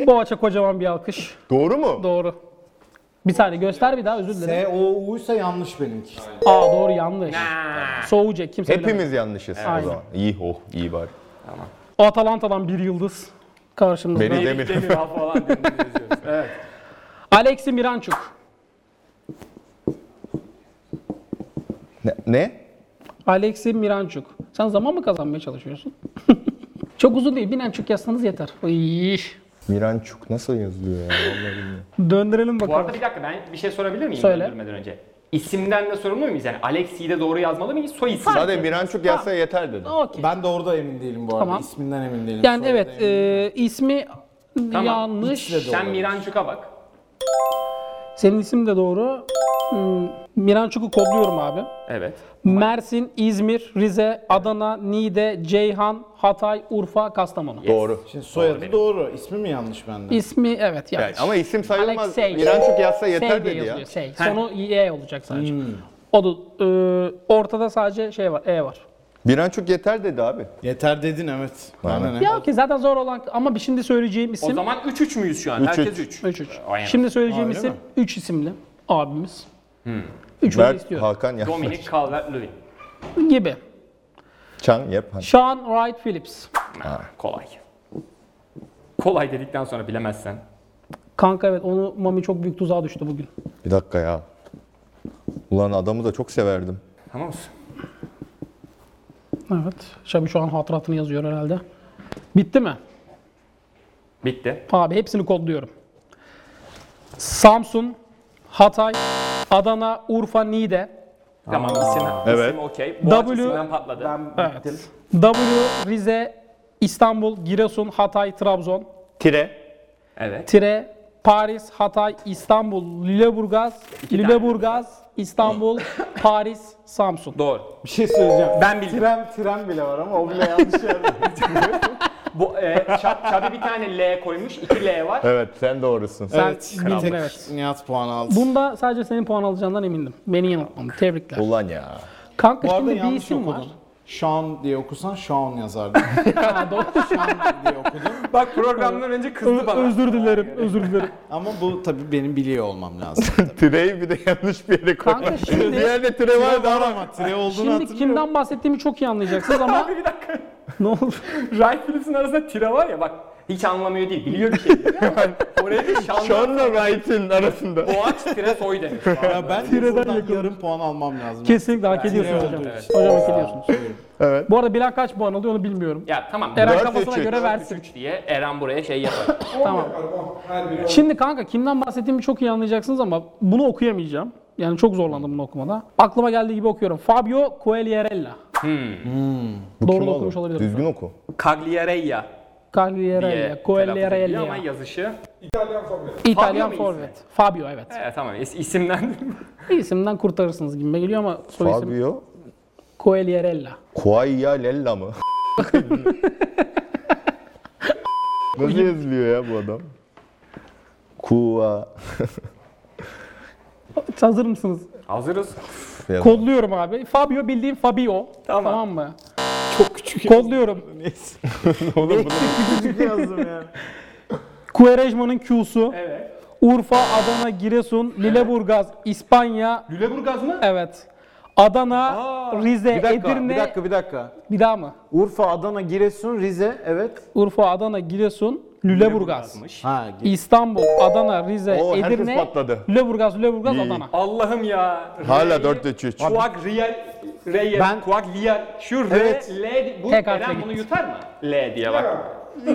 [SPEAKER 4] Boğaç'a kocaman bir alkış.
[SPEAKER 1] Doğru mu?
[SPEAKER 4] Doğru. Bir saniye göster bir daha özür dilerim.
[SPEAKER 2] E, O, Uysa yanlış benimki.
[SPEAKER 4] Aa doğru yanlış. Soğucak kimse bilemez.
[SPEAKER 1] Hepimiz yanlışız o
[SPEAKER 4] Aynen.
[SPEAKER 1] zaman. İyi oh iyi bari.
[SPEAKER 4] O Atalanta'dan bir yıldız karşımızda.
[SPEAKER 1] Beni demir.
[SPEAKER 5] Demiral falan diye yazıyoruz. Evet.
[SPEAKER 4] Alexi Miranchuk.
[SPEAKER 1] ne? ne?
[SPEAKER 4] Alexi Miranchuk. Sen zaman mı kazanmaya çalışıyorsun? Çok uzun değil. Miranchuk yazsanız yeter. Iy.
[SPEAKER 1] Mirançuk nasıl yazılıyor ya? Vallahi bilmiyorum.
[SPEAKER 4] Döndürelim
[SPEAKER 5] Bu arada
[SPEAKER 4] bakalım.
[SPEAKER 5] bir dakika ben bir şey sorabilir miyim?
[SPEAKER 4] Söyle.
[SPEAKER 5] Öldürmeden önce. İsimden de sorumlu muyuz? Yani Alexi'yi de doğru yazmalı mıyız? Soy isim.
[SPEAKER 1] Zaten Mirançuk yazsa yeter dedim.
[SPEAKER 4] Okey.
[SPEAKER 2] Ben de orada emin değilim bu arada.
[SPEAKER 4] Tamam.
[SPEAKER 2] İsminden emin değilim.
[SPEAKER 4] Yani
[SPEAKER 2] Sonra da
[SPEAKER 4] evet
[SPEAKER 2] emin-
[SPEAKER 4] e, ismi yanlış.
[SPEAKER 2] İkisi de
[SPEAKER 5] Sen Miranchuk'a bak.
[SPEAKER 4] Senin isim de doğru. Hmm, Miranchuk'u kodluyorum abi.
[SPEAKER 5] Evet.
[SPEAKER 4] Mersin, İzmir, Rize, Adana, Niğde, Ceyhan, Hatay, Urfa, Kastamonu.
[SPEAKER 1] Doğru.
[SPEAKER 4] e-
[SPEAKER 2] Şimdi soyadı doğru, İsmi mi yanlış bende?
[SPEAKER 4] İsmi evet yanlış.
[SPEAKER 1] Yani ama isim sayılmaz.
[SPEAKER 4] Alexey.
[SPEAKER 1] Mirançuk yazsa
[SPEAKER 4] Sey
[SPEAKER 1] yeter
[SPEAKER 4] diye
[SPEAKER 1] dedi ya.
[SPEAKER 4] yazılıyor, Sey. Sonu E olacak sadece. O da e, ortada sadece şey var, E var.
[SPEAKER 1] Mirançuk yeter dedi abi.
[SPEAKER 2] Yeter dedin evet. Bana ne?
[SPEAKER 4] Ya ki zaten zor olan ama bir şimdi söyleyeceğim
[SPEAKER 5] O
[SPEAKER 4] isim
[SPEAKER 5] zaman 3-3 müyüz şu an?
[SPEAKER 1] Üç, üç.
[SPEAKER 5] Herkes 3.
[SPEAKER 4] 3 3.
[SPEAKER 5] Aynen.
[SPEAKER 4] Şimdi söyleyeceğim
[SPEAKER 2] Aa, öyle
[SPEAKER 4] isim
[SPEAKER 2] mi?
[SPEAKER 4] 3 isimli abimiz. Hmm. 3
[SPEAKER 1] Mert
[SPEAKER 4] istiyor.
[SPEAKER 1] Hakan yazsa.
[SPEAKER 5] Dominic Calvert-Lewin.
[SPEAKER 4] Gibi.
[SPEAKER 1] Çan yep. hani.
[SPEAKER 4] Sean Wright Phillips.
[SPEAKER 5] Kolay. Kolay dedikten sonra bilemezsen.
[SPEAKER 4] Kanka evet onu Mami çok büyük tuzağa düştü bugün.
[SPEAKER 1] Bir dakika ya. Ulan adamı da çok severdim.
[SPEAKER 5] Tamam mısın?
[SPEAKER 4] Evet. Şabi şu an hatıratını yazıyor herhalde. Bitti mi?
[SPEAKER 5] Bitti.
[SPEAKER 4] Abi hepsini kodluyorum. Samsun, Hatay, Adana, Urfa, Niğde,
[SPEAKER 5] Tamam isim,
[SPEAKER 1] Evet.
[SPEAKER 5] isim okey. Boğaç
[SPEAKER 4] W-
[SPEAKER 5] isimden patladı.
[SPEAKER 4] evet. W, Rize, İstanbul, Giresun, Hatay, Trabzon,
[SPEAKER 1] Tire.
[SPEAKER 5] Evet.
[SPEAKER 4] Tire, Paris, Hatay, İstanbul, Lüleburgaz,
[SPEAKER 5] tane.
[SPEAKER 4] Lüleburgaz, İstanbul, Paris, Samsun.
[SPEAKER 5] Doğru.
[SPEAKER 2] Bir şey söyleyeceğim.
[SPEAKER 5] Ben bildim.
[SPEAKER 2] Tren, tren bile var ama o bile yanlış yerde.
[SPEAKER 5] Bu, e, Çab- Çabi bir tane L koymuş. 2 L var.
[SPEAKER 1] Evet sen doğrusun.
[SPEAKER 4] Sen
[SPEAKER 2] evet.
[SPEAKER 4] bildin,
[SPEAKER 2] Bir tek
[SPEAKER 4] evet.
[SPEAKER 2] Nihat puan aldı.
[SPEAKER 4] Bunda sadece senin puan alacağından emindim. Beni yanıltmadın. Tebrikler.
[SPEAKER 1] Ulan ya.
[SPEAKER 4] Kanka
[SPEAKER 2] Bu arada
[SPEAKER 4] şimdi bir
[SPEAKER 2] yanlış
[SPEAKER 4] isim var.
[SPEAKER 2] okudun. Sean diye okusan Sean yazardı.
[SPEAKER 4] Ha, doğru.
[SPEAKER 2] Sean diye okudun.
[SPEAKER 5] Bak programdan önce kızdı bana.
[SPEAKER 4] özür dilerim, özür dilerim.
[SPEAKER 2] Ama bu tabii benim biliyor olmam lazım.
[SPEAKER 1] Tireyi bir de yanlış bir yere koymak.
[SPEAKER 4] Kanka şimdi-
[SPEAKER 1] Diğerde tire vardı ama.
[SPEAKER 2] ama tire olduğunu
[SPEAKER 4] Şimdi kimden bahsettiğimi çok iyi anlayacaksınız ama
[SPEAKER 5] Bir dakika.
[SPEAKER 4] ne olur.
[SPEAKER 5] Ray Phillips'in arasında tire var ya bak. Hiç anlamıyor değil. Biliyor bir şey. Oraya bir şanlı
[SPEAKER 1] Sean'la Wright'in arasında.
[SPEAKER 5] Boğaç tire soy demiş.
[SPEAKER 2] Ya ben de buradan yarım puan almam lazım.
[SPEAKER 4] Kesinlikle hak ediyorsunuz hocam. Hocam hak ediyorsunuz.
[SPEAKER 1] Evet.
[SPEAKER 4] Bu arada Bilal kaç puan alıyor onu bilmiyorum.
[SPEAKER 5] Ya tamam.
[SPEAKER 4] Eren
[SPEAKER 1] Dört,
[SPEAKER 4] kafasına
[SPEAKER 1] üç, üç.
[SPEAKER 4] göre versin.
[SPEAKER 5] 3 diye Eren buraya şey yapar.
[SPEAKER 4] Tamam. Şimdi kanka kimden bahsettiğimi çok iyi anlayacaksınız ama bunu okuyamayacağım. Yani çok zorlandım bunu okumada. Aklıma geldiği gibi okuyorum. Fabio Coelierella.
[SPEAKER 1] Bu
[SPEAKER 4] Doğru
[SPEAKER 1] kim
[SPEAKER 4] da okumuş
[SPEAKER 1] oğlum?
[SPEAKER 4] olabilirim.
[SPEAKER 1] Düzgün oku.
[SPEAKER 5] Cagliareia.
[SPEAKER 4] Cagliarella,
[SPEAKER 5] diye telaffuz ediliyor ama
[SPEAKER 4] Coellerella.
[SPEAKER 5] yazışı
[SPEAKER 4] İtalyan
[SPEAKER 5] Fabio mu ismi?
[SPEAKER 4] forvet. Fabio evet.
[SPEAKER 5] evet, tamam is- isimlendirme.
[SPEAKER 4] İsimden kurtarırsınız gibi geliyor ama soy isim
[SPEAKER 1] Fabio
[SPEAKER 4] Coellerella.
[SPEAKER 1] Quagliarella mı? Nasıl yazılıyor ya bu adam? Kua.
[SPEAKER 4] Hazır mısınız?
[SPEAKER 5] Hazırız.
[SPEAKER 4] Kodluyorum abi. Fabio bildiğim Fabio. Tamam,
[SPEAKER 5] Tamam.
[SPEAKER 4] mı? Çok küçük. Kodluyorum.
[SPEAKER 2] Küçük yazdım yani.
[SPEAKER 4] Quaresma'nın Q'su.
[SPEAKER 5] Evet.
[SPEAKER 4] Urfa, Adana, Giresun, Lüleburgaz, İspanya.
[SPEAKER 5] Lüleburgaz mı?
[SPEAKER 4] Evet. Adana, Rize,
[SPEAKER 2] Bir dakika,
[SPEAKER 4] Edirne.
[SPEAKER 2] bir dakika, bir dakika.
[SPEAKER 4] Bir daha mı?
[SPEAKER 2] Urfa, Adana, Giresun, Rize, evet.
[SPEAKER 4] Urfa, Adana, Giresun, Lüleburgaz.
[SPEAKER 2] Ha, Gi-
[SPEAKER 4] İstanbul, Adana, Rize,
[SPEAKER 1] Oo, herkes
[SPEAKER 4] Edirne,
[SPEAKER 1] patladı.
[SPEAKER 4] Lüleburgaz, Lüleburgaz, Adana.
[SPEAKER 5] Allah'ım ya.
[SPEAKER 1] Hala
[SPEAKER 5] Rey-
[SPEAKER 1] 4-3-3.
[SPEAKER 5] Kuak Riel, Reyel,
[SPEAKER 2] Ben-
[SPEAKER 5] Kuak Liel, şu
[SPEAKER 2] Evet.
[SPEAKER 5] Re, L, bu
[SPEAKER 4] Tek harfle
[SPEAKER 5] Eren bunu
[SPEAKER 4] gitti.
[SPEAKER 5] yutar mı? L diye bak.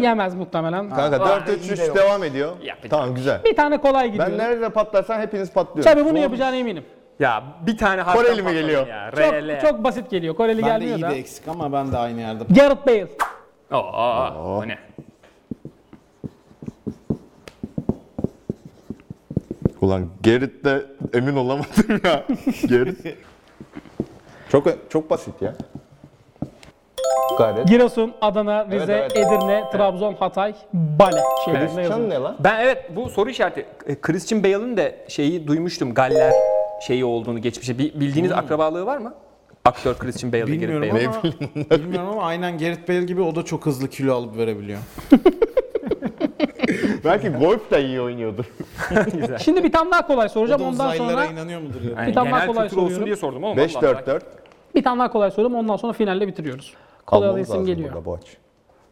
[SPEAKER 4] Yemez muhtemelen.
[SPEAKER 1] Kanka
[SPEAKER 5] iyi de
[SPEAKER 1] 4-3-3
[SPEAKER 5] yok.
[SPEAKER 1] devam ediyor.
[SPEAKER 5] Yapacak
[SPEAKER 1] Tamam güzel.
[SPEAKER 4] Bir tane kolay gidiyor.
[SPEAKER 1] Ben nerede patlarsam hepiniz patlıyorsunuz.
[SPEAKER 4] Tabii bunu yapacağına eminim.
[SPEAKER 5] Ya bir tane harften
[SPEAKER 1] Koreli mi
[SPEAKER 5] patladın
[SPEAKER 1] geliyor?
[SPEAKER 5] Ya.
[SPEAKER 4] Çok,
[SPEAKER 5] Re, L.
[SPEAKER 4] çok basit geliyor. Koreli
[SPEAKER 2] ben de
[SPEAKER 4] gelmiyor
[SPEAKER 2] iyi
[SPEAKER 4] da.
[SPEAKER 2] de eksik ama ben de aynı yerde.
[SPEAKER 4] Gareth Bale.
[SPEAKER 5] Oo, o ne?
[SPEAKER 1] Ulan Gerrit de emin olamadım ya. Gerrit. Çok çok basit ya. Gayret.
[SPEAKER 4] Giresun, Adana, Rize,
[SPEAKER 1] evet.
[SPEAKER 4] Edirne, Trabzon, Hatay, Bale. Şeklinde
[SPEAKER 1] Can
[SPEAKER 4] yazılıyor.
[SPEAKER 1] ne lan?
[SPEAKER 5] Ben evet bu soru işareti. E, Christian Bale'ın da şeyi duymuştum. Galler şeyi olduğunu geçmişe. Bi-
[SPEAKER 4] Hmm.
[SPEAKER 5] Bildiğiniz akrabalığı var mı? Aktör Christian Bale'la Gareth
[SPEAKER 2] Bilmiyorum
[SPEAKER 5] Bale.
[SPEAKER 2] ama, bilmiyorum ama aynen Gerrit Bale gibi o da çok hızlı kilo alıp verebiliyor.
[SPEAKER 1] Belki golf de iyi oynuyordu.
[SPEAKER 4] Şimdi bir tane daha kolay
[SPEAKER 2] O
[SPEAKER 4] soracağım.
[SPEAKER 2] da
[SPEAKER 4] Ondan
[SPEAKER 2] uzaylılara
[SPEAKER 4] sonra
[SPEAKER 2] inanıyor mudur ya?
[SPEAKER 5] Yani
[SPEAKER 4] Bir tane daha
[SPEAKER 5] genel
[SPEAKER 4] kolay
[SPEAKER 5] kültür olsun
[SPEAKER 4] soruyorum.
[SPEAKER 5] diye sordum ama. vallahi merak
[SPEAKER 1] 5-4-4.
[SPEAKER 4] bir tane daha kolay sorayım. Ondan sonra finalle bitiriyoruz. Kolay
[SPEAKER 1] Almamız
[SPEAKER 4] isim
[SPEAKER 1] lazım
[SPEAKER 4] geliyor.
[SPEAKER 1] burada bu aç.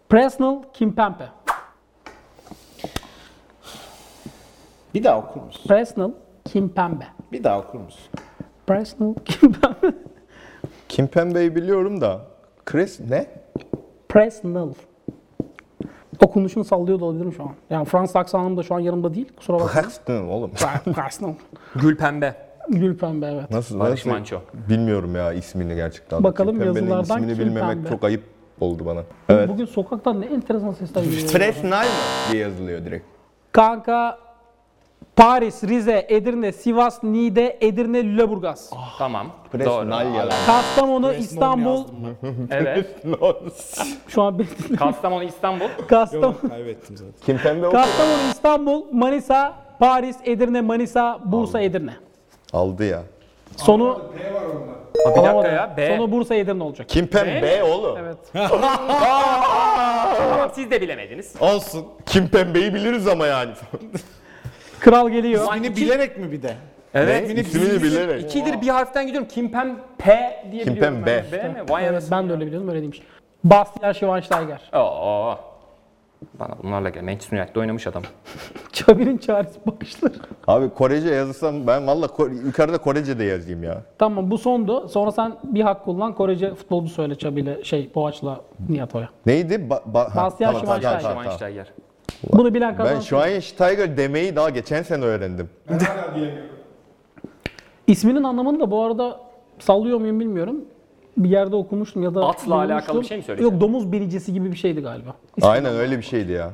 [SPEAKER 4] Presnel Kimpembe.
[SPEAKER 2] Bir daha okur musun?
[SPEAKER 4] Presnel Kimpembe.
[SPEAKER 2] Bir daha okur musun?
[SPEAKER 4] Presnel Kimpembe.
[SPEAKER 1] Kim Pembe'yi biliyorum da. Chris ne?
[SPEAKER 4] Presnel. Okunuşunu sallıyor da olabilirim şu an. Yani Fransız aksanım da şu an yanımda değil. Kusura bakma.
[SPEAKER 1] Paxton oğlum.
[SPEAKER 4] Presnel.
[SPEAKER 5] Gül pembe.
[SPEAKER 4] Gül pembe evet.
[SPEAKER 1] Nasıl?
[SPEAKER 5] Barış
[SPEAKER 1] nasıl?
[SPEAKER 5] Manço.
[SPEAKER 1] Bilmiyorum ya ismini gerçekten.
[SPEAKER 4] Bakalım
[SPEAKER 1] Kim Pembe'nin
[SPEAKER 4] yazılardan
[SPEAKER 1] ismini
[SPEAKER 4] Kim
[SPEAKER 1] bilmemek
[SPEAKER 4] Pembe?
[SPEAKER 1] çok ayıp oldu bana.
[SPEAKER 4] Bugün sokaktan ne enteresan sesler geliyor.
[SPEAKER 1] Fresnay mı diye yazılıyor direkt.
[SPEAKER 4] Kanka Paris, Rize, Edirne, Sivas, Niğde, Edirne, Lüleburgaz.
[SPEAKER 5] Tamam. Doğru.
[SPEAKER 1] Fresnay yalan.
[SPEAKER 4] Kastamonu, İstanbul.
[SPEAKER 5] Evet.
[SPEAKER 4] Şu an bir
[SPEAKER 5] Kastamonu İstanbul.
[SPEAKER 4] Kastamonu,
[SPEAKER 2] Kaybettim zaten.
[SPEAKER 1] Kim Pembe o.
[SPEAKER 4] Kastamonu, İstanbul, Manisa, Paris, Edirne, Manisa, Bursa, Edirne.
[SPEAKER 1] Aldı ya.
[SPEAKER 4] Sonu
[SPEAKER 5] Aa, bir dakika
[SPEAKER 4] Alamadım.
[SPEAKER 5] ya. B.
[SPEAKER 4] Sonu Bursa, Edirne olacak.
[SPEAKER 1] Kim Pembe oğlum.
[SPEAKER 4] Evet.
[SPEAKER 5] Tamam, siz de bilemediniz.
[SPEAKER 1] Olsun. Kim Pembe'yi biliriz ama yani.
[SPEAKER 4] Kral geliyor.
[SPEAKER 2] Beni bilerek mi bir de?
[SPEAKER 5] Evet.
[SPEAKER 1] İsmini bilerek.
[SPEAKER 5] İkidir bir harften gidiyorum. Kimpem P diye
[SPEAKER 1] Kim
[SPEAKER 5] biliyorum.
[SPEAKER 1] Pembe.
[SPEAKER 5] ben. B mi? Vay
[SPEAKER 4] Evet,
[SPEAKER 5] anasını. Oh.
[SPEAKER 4] ben de öyle biliyordum, öyle değilmiş. Bastian Schweinsteiger.
[SPEAKER 5] Oo. Bana bunlarla gel. Manchester United'da oynamış adam.
[SPEAKER 4] Çabirin çaresi başları.
[SPEAKER 1] Abi Korece yazsam ben valla Ko- yukarıda Korece de yazayım ya.
[SPEAKER 4] Tamam bu sondu. Sonra sen bir hak kullan. Korece futbolcu söyle Çabi'yle şey Boğaç'la Nihat Hoca.
[SPEAKER 1] Neydi? Ba- ba- ha,
[SPEAKER 4] Bastian
[SPEAKER 1] tamam,
[SPEAKER 4] Schweinsteiger.
[SPEAKER 1] tamam.
[SPEAKER 5] Schweinsteiger.
[SPEAKER 4] Bunu bilen
[SPEAKER 1] Ben
[SPEAKER 4] kazansın.
[SPEAKER 1] Schweinsteiger demeyi daha geçen sene öğrendim.
[SPEAKER 4] İsminin anlamını da bu arada sallıyor muyum bilmiyorum. Bir yerde okumuştum ya da
[SPEAKER 5] Atla
[SPEAKER 4] duymuştum.
[SPEAKER 5] alakalı bir şey mi söyleyeceksin?
[SPEAKER 4] Yok domuz biricisi gibi bir şeydi galiba.
[SPEAKER 1] Aynen öyle bir şeydi ya.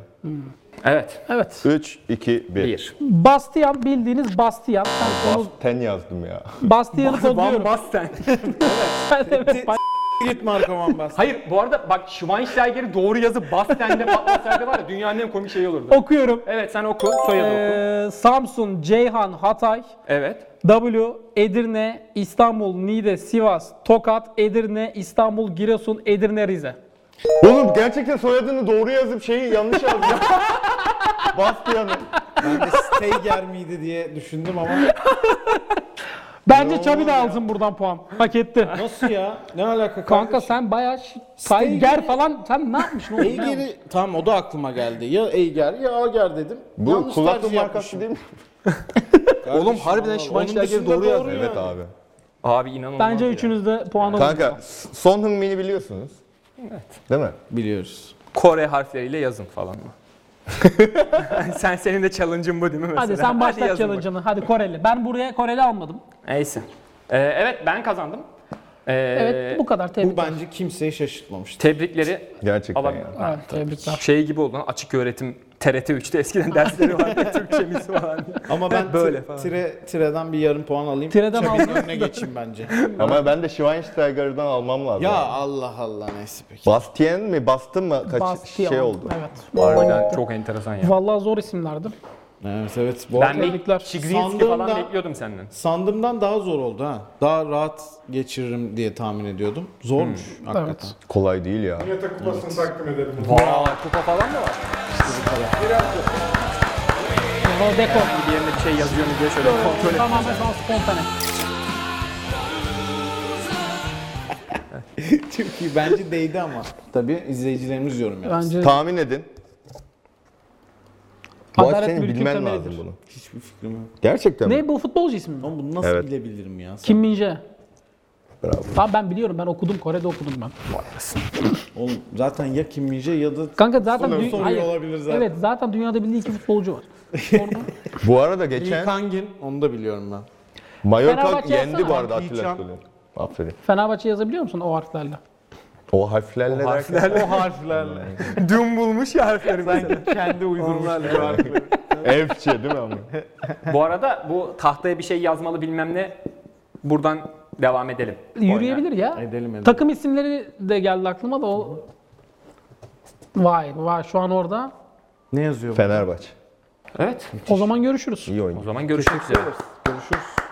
[SPEAKER 5] Evet.
[SPEAKER 4] Evet.
[SPEAKER 1] 3, 2, 1.
[SPEAKER 5] Bir.
[SPEAKER 4] Bastian bildiğiniz Bastian. Ben onu
[SPEAKER 1] Ten yazdım ya.
[SPEAKER 4] Bastian'ı kodluyorum.
[SPEAKER 5] Basten.
[SPEAKER 4] Ben evet,
[SPEAKER 2] Git Marco Van Basten.
[SPEAKER 5] Hayır bu arada bak Schweinsteiger'i doğru yazıp Basten'de patlasaydı var ya dünyanın en komik şeyi olurdu.
[SPEAKER 4] okuyorum.
[SPEAKER 5] Evet sen oku. Soyadı oku.
[SPEAKER 4] Ee, Samsun, Ceyhan, Hatay,
[SPEAKER 5] Evet.
[SPEAKER 4] W, Edirne, İstanbul, Niğde, Sivas, Tokat, Edirne, İstanbul, Giresun, Edirne, Rize.
[SPEAKER 1] Oğlum gerçekten soyadını doğru yazıp şeyi yanlış yazdım. Bastian'ı.
[SPEAKER 2] Ben de Steiger miydi diye düşündüm ama
[SPEAKER 4] Bence Çabi de alsın buradan puan. Hak etti.
[SPEAKER 2] nasıl ya? Ne alaka
[SPEAKER 4] Kanka sen bayağı şi- Tiger falan sen ne yapmışsın oğlum?
[SPEAKER 2] Eyger'i tamam o da aklıma geldi. Ya Eyger ya Ager dedim.
[SPEAKER 1] Bu
[SPEAKER 2] Yanlış
[SPEAKER 1] kulaklık
[SPEAKER 2] tercih
[SPEAKER 1] markası
[SPEAKER 2] yapmışım.
[SPEAKER 1] değil mi?
[SPEAKER 2] Oğlum harbiden
[SPEAKER 1] Schweinsteiger'i doğru yazdım. Evet abi.
[SPEAKER 5] Abi inanılmaz
[SPEAKER 4] Bence
[SPEAKER 5] ya.
[SPEAKER 4] üçünüz de puan alın.
[SPEAKER 1] Kanka Son Heung-min'i biliyorsunuz. Evet. Değil mi?
[SPEAKER 2] Biliyoruz.
[SPEAKER 5] Kore harfleriyle yazın falan mı? sen senin de challenge'ın bu değil mi mesela?
[SPEAKER 4] Hadi sen başlat
[SPEAKER 5] yazın
[SPEAKER 4] challenge'ını. Hadi Koreli. Ben buraya Koreli almadım.
[SPEAKER 5] bak. Neyse. Ee, evet ben kazandım. Ee,
[SPEAKER 4] Evet bu kadar
[SPEAKER 2] Bu
[SPEAKER 4] tebrikler.
[SPEAKER 2] bence kimseyi şaşırtmamıştı.
[SPEAKER 5] Tebrikleri
[SPEAKER 1] Gerçekten
[SPEAKER 5] Alam-
[SPEAKER 1] ya.
[SPEAKER 4] Evet, tebrikler.
[SPEAKER 5] şey gibi oldu. lan, Açık öğretim TRT 3'te eskiden dersleri vardı. Türkçemiz falan.
[SPEAKER 2] Ama ben
[SPEAKER 5] Böyle
[SPEAKER 2] böyle
[SPEAKER 5] falan.
[SPEAKER 2] tire, tireden bir yarım puan alayım.
[SPEAKER 4] Tireden
[SPEAKER 2] Şakanın
[SPEAKER 4] aldım.
[SPEAKER 2] önüne geçeyim bence.
[SPEAKER 1] Ama ben de Schweinsteiger'dan almam lazım.
[SPEAKER 2] ya Allah Allah neyse peki.
[SPEAKER 1] Bastien mi bastın mı kaç
[SPEAKER 4] Bastion.
[SPEAKER 1] şey oldu?
[SPEAKER 4] Evet.
[SPEAKER 5] Harbiden çok enteresan ya.
[SPEAKER 4] Vallahi zor isimlerdi.
[SPEAKER 2] Evet evet. Bu
[SPEAKER 5] Ben
[SPEAKER 2] arada
[SPEAKER 5] bir
[SPEAKER 4] Tebrikler.
[SPEAKER 5] Şigrinski falan
[SPEAKER 2] Sandığımda-
[SPEAKER 5] bekliyordum senden.
[SPEAKER 2] sandığımdan daha zor oldu ha. Daha rahat geçiririm diye tahmin ediyordum. Zormuş hakikaten.
[SPEAKER 4] Evet.
[SPEAKER 1] Kolay değil ya.
[SPEAKER 5] Vay, kupa falan mı var?
[SPEAKER 4] O dekor.
[SPEAKER 5] Bir yerine bir şey yazıyor mu diye şöyle bir kontrol et.
[SPEAKER 4] Tamamen sana spontane.
[SPEAKER 2] Çünkü bence değdi ama. Tabii izleyicilerimiz yorum yapsın.
[SPEAKER 4] Bence
[SPEAKER 1] Tahmin edin. Bu
[SPEAKER 4] adalet
[SPEAKER 1] arada senin
[SPEAKER 4] mülkün
[SPEAKER 1] bilmen
[SPEAKER 4] temelidir.
[SPEAKER 1] lazım bunu.
[SPEAKER 2] Hiçbir fikrim yok.
[SPEAKER 1] Gerçekten mi?
[SPEAKER 4] Ne bu futbolcu ismi mi?
[SPEAKER 2] Ama bunu nasıl
[SPEAKER 1] Evet.
[SPEAKER 2] bilebilirim ya?
[SPEAKER 4] Kim Minje.
[SPEAKER 1] Bravo.
[SPEAKER 4] Tamam ben biliyorum ben okudum Kore'de okudum ben.
[SPEAKER 2] Oğlum zaten ya Kim Min-jae ya da
[SPEAKER 4] Kanka zaten
[SPEAKER 2] Soruyor-
[SPEAKER 4] dü-
[SPEAKER 2] soruyor olabilir zaten.
[SPEAKER 4] Evet zaten dünyada bildiği iki futbolcu var. Orada
[SPEAKER 1] Bu arada
[SPEAKER 2] Lee
[SPEAKER 1] geçen
[SPEAKER 2] Kangin. Onu da biliyorum ben.
[SPEAKER 1] Mallorca
[SPEAKER 4] Fenerbahçe
[SPEAKER 1] yendi bu
[SPEAKER 4] yazsana.
[SPEAKER 1] arada Atilla
[SPEAKER 2] Yiğitcan.
[SPEAKER 1] Kulübü. Aferin.
[SPEAKER 4] Fenerbahçe yazabiliyor musun o harflerle?
[SPEAKER 1] O harflerle derken
[SPEAKER 2] O harflerle.
[SPEAKER 5] Dün bulmuş ya harfleri mesela.
[SPEAKER 2] Kendi uydurmuş.
[SPEAKER 1] Efçe değil mi ama?
[SPEAKER 5] Bu arada bu tahtaya bir şey yazmalı bilmem ne. Buradan devam edelim.
[SPEAKER 4] Yürüyebilir ya.
[SPEAKER 2] Edelim edelim.
[SPEAKER 4] Takım isimleri de geldi aklıma da o Vay vay şu an orada.
[SPEAKER 2] ne yazıyor? bu?
[SPEAKER 1] Fenerbahçe.
[SPEAKER 5] Evet.
[SPEAKER 4] O zaman görüşürüz.
[SPEAKER 1] İyi oyun.
[SPEAKER 5] O zaman görüşmek üzere.
[SPEAKER 2] Görüşürüz.